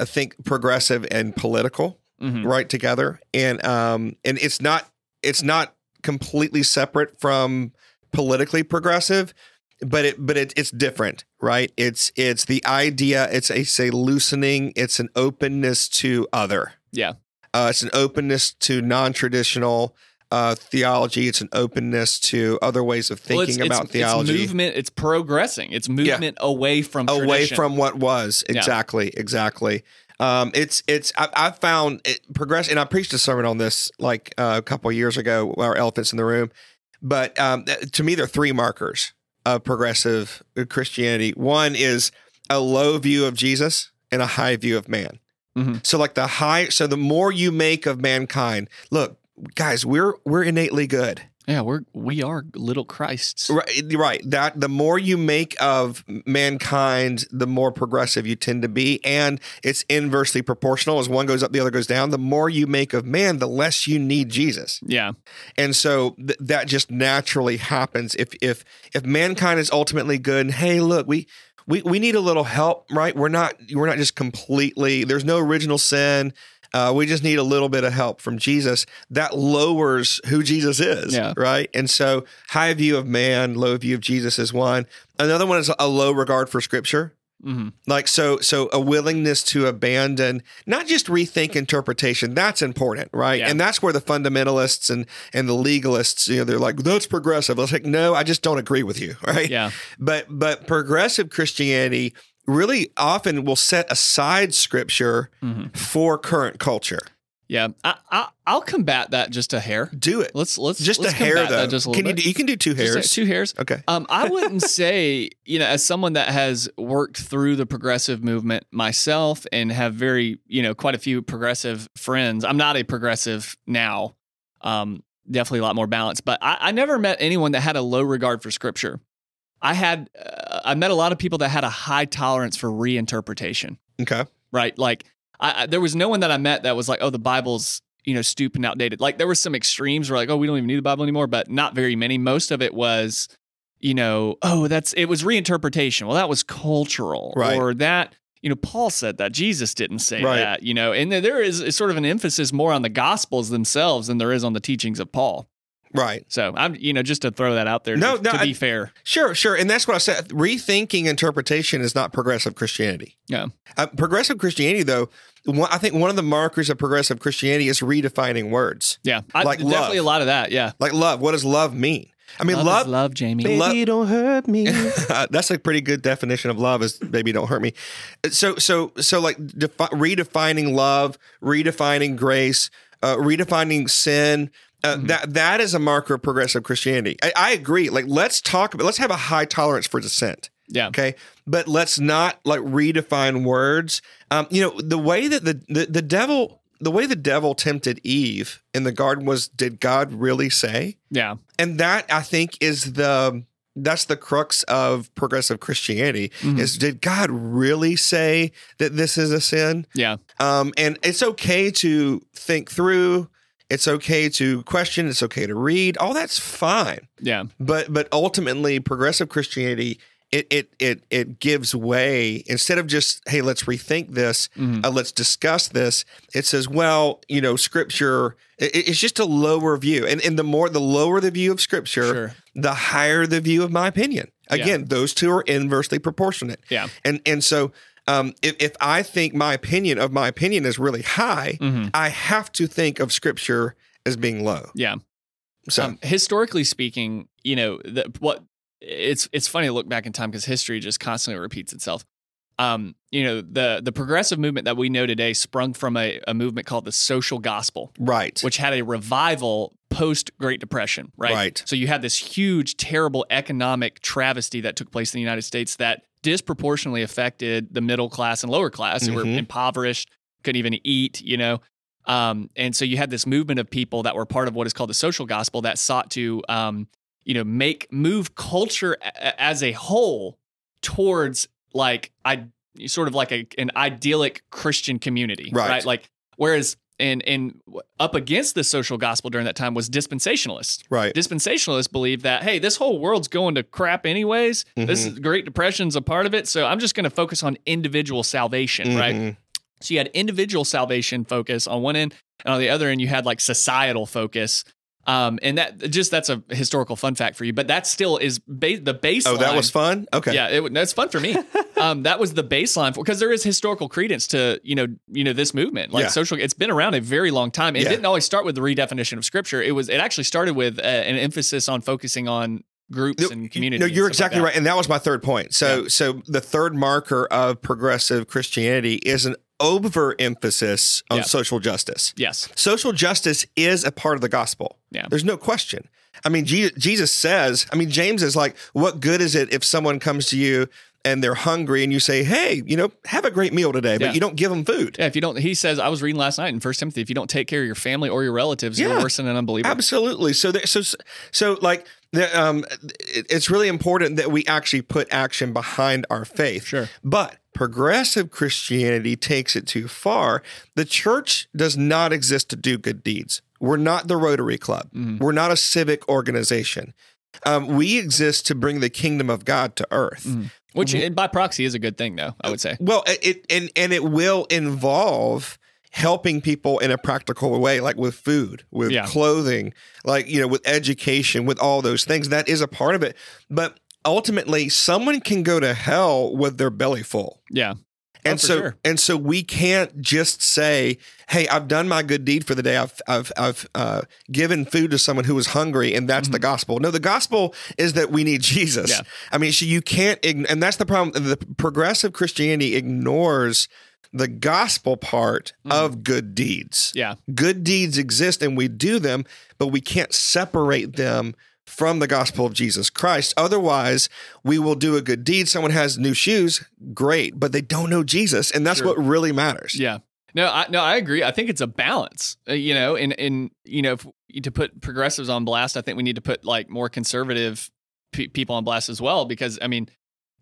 Speaker 3: I think progressive and political
Speaker 2: Mhm.
Speaker 3: right together, and um and it's not it's not completely separate from politically progressive, but it but it, it's different, right? It's it's the idea. It's a say loosening. It's an openness to other.
Speaker 2: Yeah.
Speaker 3: Uh, it's an openness to non-traditional uh, theology. It's an openness to other ways of thinking
Speaker 2: Well, it's- it's-
Speaker 3: about theology.
Speaker 2: It's movement. It's progressing. It's movement away from
Speaker 3: away
Speaker 2: tradition.
Speaker 3: from what was
Speaker 2: Yeah.
Speaker 3: exactly exactly um it's it's i, I found it progress and i preached a sermon on this like uh, a couple of years ago our elephants in the room but um th- to me there are three markers of progressive uh, christianity one is a low view of jesus and a high view of man
Speaker 2: Mhm.
Speaker 3: so like the high so the more you make of mankind look guys we're we're innately good
Speaker 2: yeah. We're we are little Christs.
Speaker 3: Right, right. That the more you make of mankind, the more progressive you tend to be, and it's inversely proportional. As one goes up, the other goes down. The more you make of man, the less you need Jesus,
Speaker 2: Yeah,
Speaker 3: and so th- that just naturally happens. If if if mankind is ultimately good, and hey, look, we. We, we need a little help, right? We're not we're not just completely. There's no original sin. Uh, we just need a little bit of help from Jesus. That lowers who Jesus is,
Speaker 2: Yeah.
Speaker 3: right? And so, high view of man, low view of Jesus is one. Another one is a low regard for Scripture.
Speaker 2: hmm
Speaker 3: Like so, so a willingness to abandon, not just rethink interpretation. That's important, right?
Speaker 2: Yeah.
Speaker 3: And that's where the fundamentalists and and the legalists, you know, they're like, that's progressive. I was like, no, I just don't agree with you, *laughs* right?
Speaker 2: yeah,
Speaker 3: But but progressive Christianity really often will set aside Scripture
Speaker 2: hmm
Speaker 3: for current culture.
Speaker 2: yeah. I, I I'll combat that just a hair.
Speaker 3: Do it.
Speaker 2: Let's let's
Speaker 3: Just
Speaker 2: let's
Speaker 3: a hair,
Speaker 2: combat
Speaker 3: though.
Speaker 2: That just a little
Speaker 3: can you
Speaker 2: bit.
Speaker 3: do, you can do two
Speaker 2: Just
Speaker 3: hairs?
Speaker 2: two hairs.
Speaker 3: Okay.
Speaker 2: *laughs* Um, I wouldn't say, you know, as someone that has worked through the progressive movement myself and have very, you know, quite a few progressive friends. I'm not a progressive now. Um, definitely a lot more balanced, but I, I never met anyone that had a low regard for scripture. I had, uh, I met a lot of people that had a high tolerance for reinterpretation
Speaker 3: Okay.
Speaker 2: right? Like, I, I there was no one that I met that was like, oh, the Bible's you know stupid and outdated. Like, there were some extremes where like, oh, we don't even need the Bible anymore, but not very many. Most of it was, you know, oh, that's it was reinterpretation. Well, that was cultural,
Speaker 3: Right.
Speaker 2: Or that you know, Paul said that Jesus didn't say
Speaker 3: Right.
Speaker 2: that, you know, and there- there is sort of an emphasis more on the Gospels themselves than there is on the teachings of Paul.
Speaker 3: Right.
Speaker 2: So I'm, you know, just to throw that out there.
Speaker 3: No,
Speaker 2: to,
Speaker 3: no,
Speaker 2: to be
Speaker 3: I-
Speaker 2: fair,
Speaker 3: Sure, sure. And that's what I said. Rethinking interpretation is not progressive Christianity.
Speaker 2: yeah,
Speaker 3: Uh, progressive Christianity, though, one, I think one of the markers of progressive Christianity is redefining words
Speaker 2: yeah, I,
Speaker 3: Like
Speaker 2: definitely
Speaker 3: love.
Speaker 2: a lot of that. Yeah,
Speaker 3: like love. What does love mean? I mean,
Speaker 2: love,
Speaker 3: love.
Speaker 2: is love Jamie.
Speaker 3: Baby, *laughs* Love-
Speaker 4: don't hurt *laughs* me.
Speaker 3: that's a pretty good definition of love is baby don't hurt me so so so like defi- redefining love redefining grace uh, redefining sin uh, that that is a marker of progressive christianity I, I agree like let's talk about let's have a high tolerance for dissent
Speaker 2: Yeah,
Speaker 3: okay but let's not like redefine words um, you know the way that the, the the devil the way the devil tempted eve in the garden was did god really say
Speaker 2: yeah,
Speaker 3: and that I think is the that's the crux of progressive Christianity
Speaker 2: Mhm.
Speaker 3: is did God really say that this is a sin?
Speaker 2: yeah,
Speaker 3: Um, and it's okay to think through. It's okay to question. It's okay to read. All that's fine.
Speaker 2: yeah,
Speaker 3: But but ultimately, progressive Christianity it it it it gives way instead of just hey let's rethink this
Speaker 2: Mhm.
Speaker 3: uh, let's discuss this. It says, well, you know, scripture, i- i it's just a lower view. And, and the more, the lower the view of scripture,
Speaker 2: Sure.
Speaker 3: the higher the view of my opinion. Again, those two are inversely proportionate.
Speaker 2: Yeah.
Speaker 3: And, and so, um, if, if I think my opinion of my opinion is really high,
Speaker 2: Mm-hmm.
Speaker 3: I have to think of scripture as being low.
Speaker 2: yeah.
Speaker 3: So,
Speaker 2: Um, historically speaking, you know, the, what it's it's funny to look back in time because history just constantly repeats itself. Um, you know, the the progressive movement that we know today sprung from a, a movement called the social gospel,
Speaker 3: right.
Speaker 2: which had a revival post Great Depression, right?
Speaker 3: Right.
Speaker 2: So you had this huge, terrible economic travesty that took place in the United States that disproportionately affected the middle class and lower class who were
Speaker 3: Mhm.
Speaker 2: impoverished, couldn't even eat, you know. Um, and so you had this movement of people that were part of what is called the social gospel that sought to, um, you know, make move culture a- a- as a whole towards like I sort of like a, an idyllic Christian community,
Speaker 3: Right.
Speaker 2: right? Like whereas and and up against the social gospel during that time was dispensationalists,
Speaker 3: right.
Speaker 2: dispensationalists believe that hey this whole world's going to crap anyways
Speaker 3: Mm-hmm.
Speaker 2: this is great depression's a part of it so i'm just going to focus on individual salvation right
Speaker 3: Mhm.
Speaker 2: so you had individual salvation focus on one end and on the other end you had like societal focus um, and that just that's a historical fun fact for you but that still is ba- the baseline
Speaker 3: Oh, that was fun. Okay.
Speaker 2: yeah, it, that's fun for
Speaker 3: *laughs*
Speaker 2: me. um, that was the baseline for because there is historical credence to you know you know this movement like
Speaker 3: Yeah.
Speaker 2: social. It's been around a very long time. It
Speaker 3: Yeah.
Speaker 2: didn't always start with the redefinition of scripture. It was it actually started with uh, an emphasis on focusing on groups and community.
Speaker 3: No,
Speaker 2: and
Speaker 3: you're
Speaker 2: stuff like
Speaker 3: exactly
Speaker 2: that.
Speaker 3: right, and that was my third point. So, so the third marker of progressive Christianity is an overemphasis on
Speaker 2: Yeah.
Speaker 3: social justice.
Speaker 2: Yes.
Speaker 3: Social justice is a part of the gospel.
Speaker 2: Yeah.
Speaker 3: There's no question. I mean, Je- Jesus says, I mean, James is like, what good is it if someone comes to you and they're hungry and you say, hey, you know, have a great meal today, but
Speaker 2: Yeah.
Speaker 3: you don't give them food?
Speaker 2: Yeah, if you don't, he says. I was reading last night in First Timothy. If you don't take care of your family or your relatives, you're
Speaker 3: Yeah.
Speaker 2: worse than an unbeliever.
Speaker 3: Absolutely. So, there, so, so like, the, um, it- it's really important that we actually put action behind our faith.
Speaker 2: Sure.
Speaker 3: But progressive Christianity takes it too far. The church does not exist to do good deeds. We're not the Rotary Club. We're not a civic organization. Um, we exist to bring the kingdom of God to earth.
Speaker 2: Which, and by proxy, is a good thing, though. I would say.
Speaker 3: Well, it, it and and it will involve helping people in a practical way, like with food, with
Speaker 2: Yeah.
Speaker 3: clothing, like you know, with education, with all those things. That is a part of it, but. Ultimately, someone can go to hell with their belly full.
Speaker 2: Yeah.
Speaker 3: And
Speaker 2: Oh, for
Speaker 3: so,
Speaker 2: sure.
Speaker 3: and so we can't just say, "Hey, I've done my good deed for the day. I've, I've, I've uh, given food to someone who was hungry, and that's the gospel." No, the gospel is that we need Jesus.
Speaker 2: Mm-hmm. Yeah.
Speaker 3: I mean, so you can't, ign- and that's the problem. The progressive Christianity ignores the gospel part
Speaker 2: Mm-hmm.
Speaker 3: of good deeds.
Speaker 2: Yeah.
Speaker 3: Good deeds exist, and we do them, but we can't separate them from the gospel of Jesus Christ. Otherwise, we will do a good deed. Someone has new shoes, great, but they don't know Jesus, and that's
Speaker 2: Sure.
Speaker 3: what really matters.
Speaker 2: Yeah. No, I no, I agree. I think it's a balance, uh, you know, and and you know, if, to put progressives on blast, I think we need to put like more conservative pe- people on blast as well, because I mean,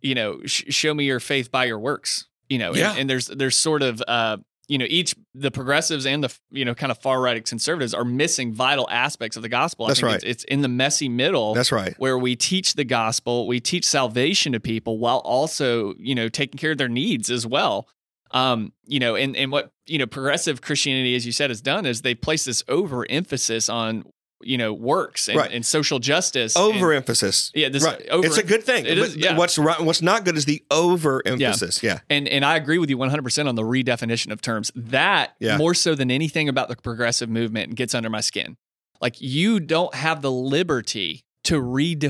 Speaker 2: you know, sh- show me your faith by your works, you know, and-
Speaker 3: Yeah.
Speaker 2: and, there's there's sort of uh, you know, each the progressives and the you know kind of far right conservatives are missing vital aspects of the gospel. I
Speaker 3: That's
Speaker 2: think
Speaker 3: right.
Speaker 2: It's, it's in the messy middle
Speaker 3: That's right.
Speaker 2: where we teach the gospel, we teach salvation to people while also, you know, taking care of their needs as well. Um, you know, and and what you know, progressive Christianity, as you said, has done is they place this overemphasis on you know works and,
Speaker 3: Right.
Speaker 2: and social justice and-
Speaker 3: Overemphasis.
Speaker 2: yeah this
Speaker 3: right.
Speaker 2: over-
Speaker 3: it's a good thing.
Speaker 2: It
Speaker 3: but
Speaker 2: is, yeah.
Speaker 3: What's right, what's not good is the overemphasis. Yeah.
Speaker 2: and and I agree with you 100% on the redefinition of terms. That
Speaker 3: Yeah.
Speaker 2: more so than anything about the progressive movement gets under my skin. Like you don't have the liberty to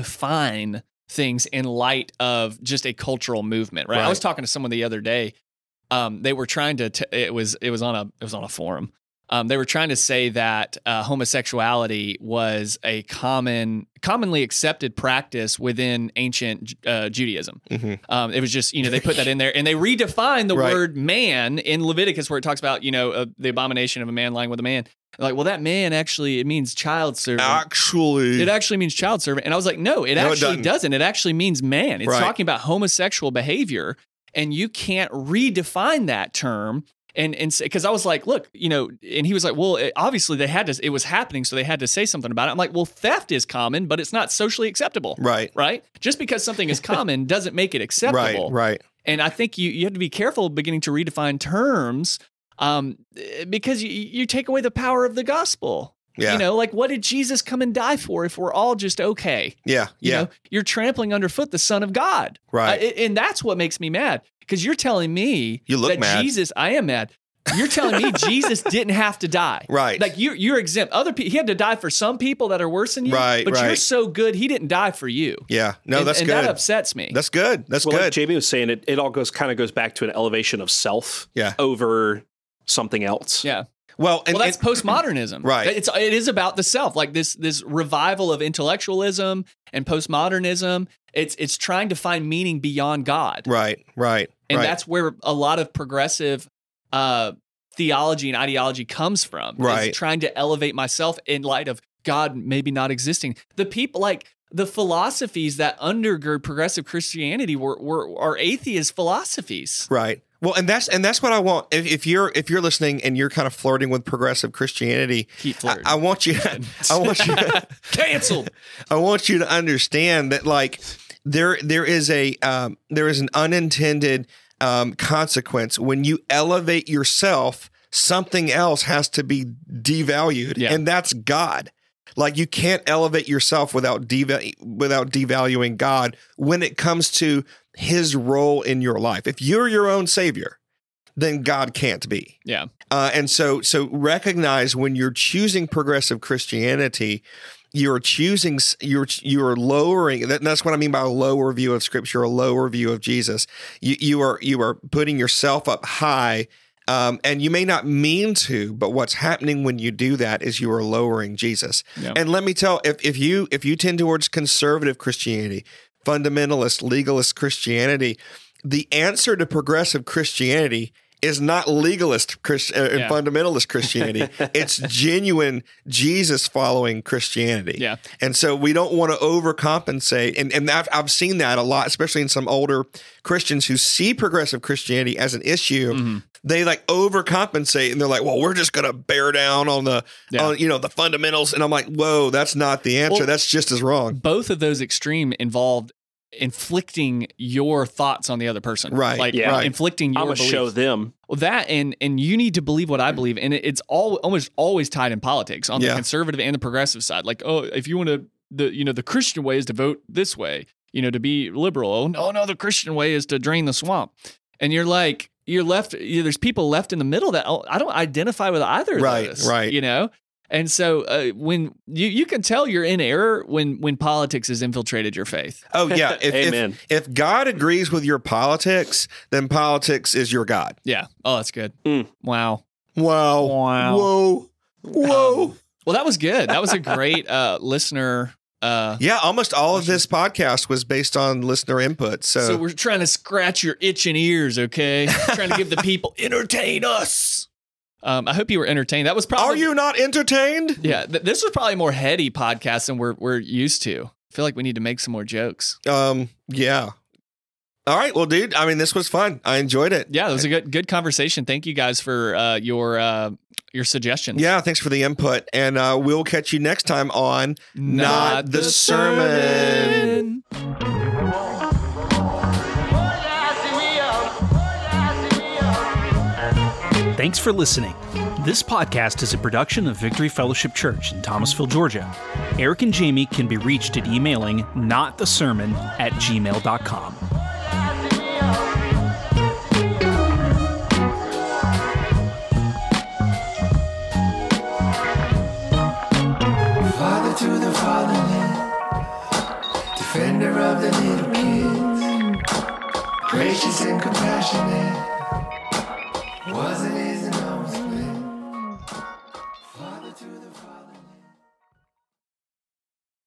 Speaker 2: redefine things in light of just a cultural movement, right? I was
Speaker 3: Right.
Speaker 2: talking to someone the other day. Um, they were trying to t- it was it was on a it was on a forum. Um, they were trying to say that uh, homosexuality was a common commonly accepted practice within ancient uh, Judaism.
Speaker 3: Mhm.
Speaker 2: Um, it was just you know they put that in there and they redefined the
Speaker 3: Right.
Speaker 2: word man in Leviticus where it talks about you know uh, the abomination of a man lying with a man. Like, well, that man actually it means child servant.
Speaker 3: Actually,
Speaker 2: it actually means child servant, and I was like, no, it
Speaker 3: Ah. No, it
Speaker 2: actually
Speaker 3: doesn't.
Speaker 2: doesn't. It actually means man. It's
Speaker 3: Right.
Speaker 2: talking about homosexual behavior, and you can't redefine that term. And and because I was like, look, you know, and he was like, well, it- obviously they had to. It was happening, so they had to say something about it. I'm like, well, theft is common, but it's not socially acceptable
Speaker 3: right.
Speaker 2: right? Just because something is common doesn't make it
Speaker 3: Right.
Speaker 2: acceptable.
Speaker 3: Right.
Speaker 2: And I think you you have to be careful beginning to redefine terms um, eh, because you, you take away the power of the gospel.
Speaker 3: Yeah.
Speaker 2: You know, like what did Jesus come and die for if we're all just okay?
Speaker 3: yeah.
Speaker 2: You
Speaker 3: Yeah.
Speaker 2: know, you're trampling underfoot the Son of God.
Speaker 3: right.
Speaker 2: I- and that's what makes me mad because you're telling me
Speaker 3: You look
Speaker 2: that
Speaker 3: mad.
Speaker 2: Jesus, I am mad. You're
Speaker 3: *laughs*
Speaker 2: telling me Jesus didn't have to die.
Speaker 3: Right.
Speaker 2: Like you, you're exempt. Other people, he had to die for some people that are worse than you.
Speaker 3: Right,
Speaker 2: But you're
Speaker 3: right.
Speaker 2: so good, he didn't die for you.
Speaker 3: yeah. No,
Speaker 2: and,
Speaker 3: that's
Speaker 2: and
Speaker 3: good.
Speaker 2: That upsets me.
Speaker 3: that's good. That's
Speaker 4: well, like
Speaker 3: good.
Speaker 4: Jamie was saying, it, it all goes kind of goes back to an elevation of self
Speaker 3: Yeah.
Speaker 4: over something else.
Speaker 2: yeah.
Speaker 3: well, and,
Speaker 2: well, that's
Speaker 3: and- *clears throat*
Speaker 2: postmodernism,
Speaker 3: Right.
Speaker 2: It's it is about the self, like this this revival of intellectualism and postmodernism. It's it's trying to find meaning beyond God,
Speaker 3: right. Right.
Speaker 2: and
Speaker 3: right.
Speaker 2: that's where a lot of progressive uh, theology and ideology comes from. is
Speaker 3: Right.
Speaker 2: trying to elevate myself in light of God maybe not existing. The people like the philosophies that undergird progressive Christianity were, were are atheist philosophies.
Speaker 3: Right. Well, and that's and that's what I want. If, if you're if you're listening and you're kind of flirting with progressive Christianity,
Speaker 2: Keep
Speaker 3: I,
Speaker 2: flirting.
Speaker 3: I want you. *laughs* I want you. *laughs*
Speaker 2: Canceled.
Speaker 3: I want you to understand that like there there is a um, there is an unintended um, consequence when you elevate yourself. Something else has to be devalued,
Speaker 2: Yeah.
Speaker 3: and that's God. Like you can't elevate yourself without deval- without devaluing God when it comes to His role in your life. If you're your own savior, then God can't be.
Speaker 2: Yeah.
Speaker 3: Uh, and so, so recognize when you're choosing progressive Christianity, you're choosing, s- you're you're lowering. That, that's what I mean by a lower view of Scripture, a lower view of Jesus. You you are you are putting yourself up high. Um, and you may not mean to, but what's happening when you do that is you are lowering Jesus.
Speaker 2: Yeah.
Speaker 3: And let me tell, if if you if you tend towards conservative Christianity, fundamentalist, legalist Christianity, the answer to progressive Christianity is not legalist Christ- uh, and
Speaker 2: Yeah.
Speaker 3: fundamentalist
Speaker 2: *laughs*
Speaker 3: Christianity. it's genuine Jesus following Christianity.
Speaker 2: Yeah.
Speaker 3: And so we don't want to overcompensate. And, and I've, I've seen that a lot, especially in some older Christians who see progressive Christianity as an issue.
Speaker 2: Mm-hmm.
Speaker 3: They like overcompensate and they're like, well, we're just going to bear down on the,
Speaker 2: Yeah.
Speaker 3: on, you know, the fundamentals. And I'm like, whoa, that's not the answer.
Speaker 2: Well-
Speaker 3: that's just as wrong.
Speaker 2: both of those extreme involved inflicting your thoughts on the other person.
Speaker 3: Right,
Speaker 2: Like
Speaker 4: yeah.
Speaker 3: right.
Speaker 2: inflicting your
Speaker 4: I'm gonna
Speaker 2: beliefs.
Speaker 4: show them.
Speaker 2: Well, that and and you need to believe what I believe, and it, it's all almost always tied in politics on the
Speaker 3: Yeah.
Speaker 2: conservative and the progressive side. Like, oh, if you want to, the you know the Christian way is to vote this way, you know, to be liberal. Oh no, no, the Christian way is to drain the swamp, and you're like. You're left. You know, there's people left in the middle that oh, I don't identify with either of
Speaker 3: Right,
Speaker 2: those.
Speaker 3: right.
Speaker 2: You know, and so uh, when you you can tell you're in error when when politics has infiltrated your faith.
Speaker 3: Oh, yeah. If, if-
Speaker 4: Amen.
Speaker 3: If, God agrees with your politics, then politics is your God.
Speaker 2: Yeah. Oh, that's good.
Speaker 3: Hmm.
Speaker 4: Mm.
Speaker 2: Wow.
Speaker 3: Wow.
Speaker 2: Wow.
Speaker 3: Whoa. Whoa.
Speaker 2: Well, that was good. That was a
Speaker 3: *laughs*
Speaker 2: great uh, listener. Uh,
Speaker 3: Yeah, almost all of this podcast was based on listener input. So,
Speaker 2: So we're trying to scratch your itching ears,
Speaker 3: *laughs*
Speaker 2: okay? trying to give the people entertain us. Um, I hope you were entertained. That was
Speaker 3: are
Speaker 2: probably
Speaker 3: you not entertained?
Speaker 2: Yeah, th- this was probably a more heady podcast than we're we're used to. I feel like we need to make some more jokes.
Speaker 3: Um, yeah. All right, well, dude. I mean, this was fun. I enjoyed it.
Speaker 2: Yeah, it was a good good conversation. Thank you guys for uh, your uh, your suggestions.
Speaker 3: Yeah, thanks for the input, and uh, we'll catch you next time on Not the Sermon.
Speaker 1: Thanks for listening. This podcast is a production of Victory Fellowship Church in Thomasville, Georgia. Eric and Jamie can be reached at emailing notthesermon at gmail.com.
Speaker 5: Father to the fatherland, defender of the little kids, gracious and compassionate, wasn't it?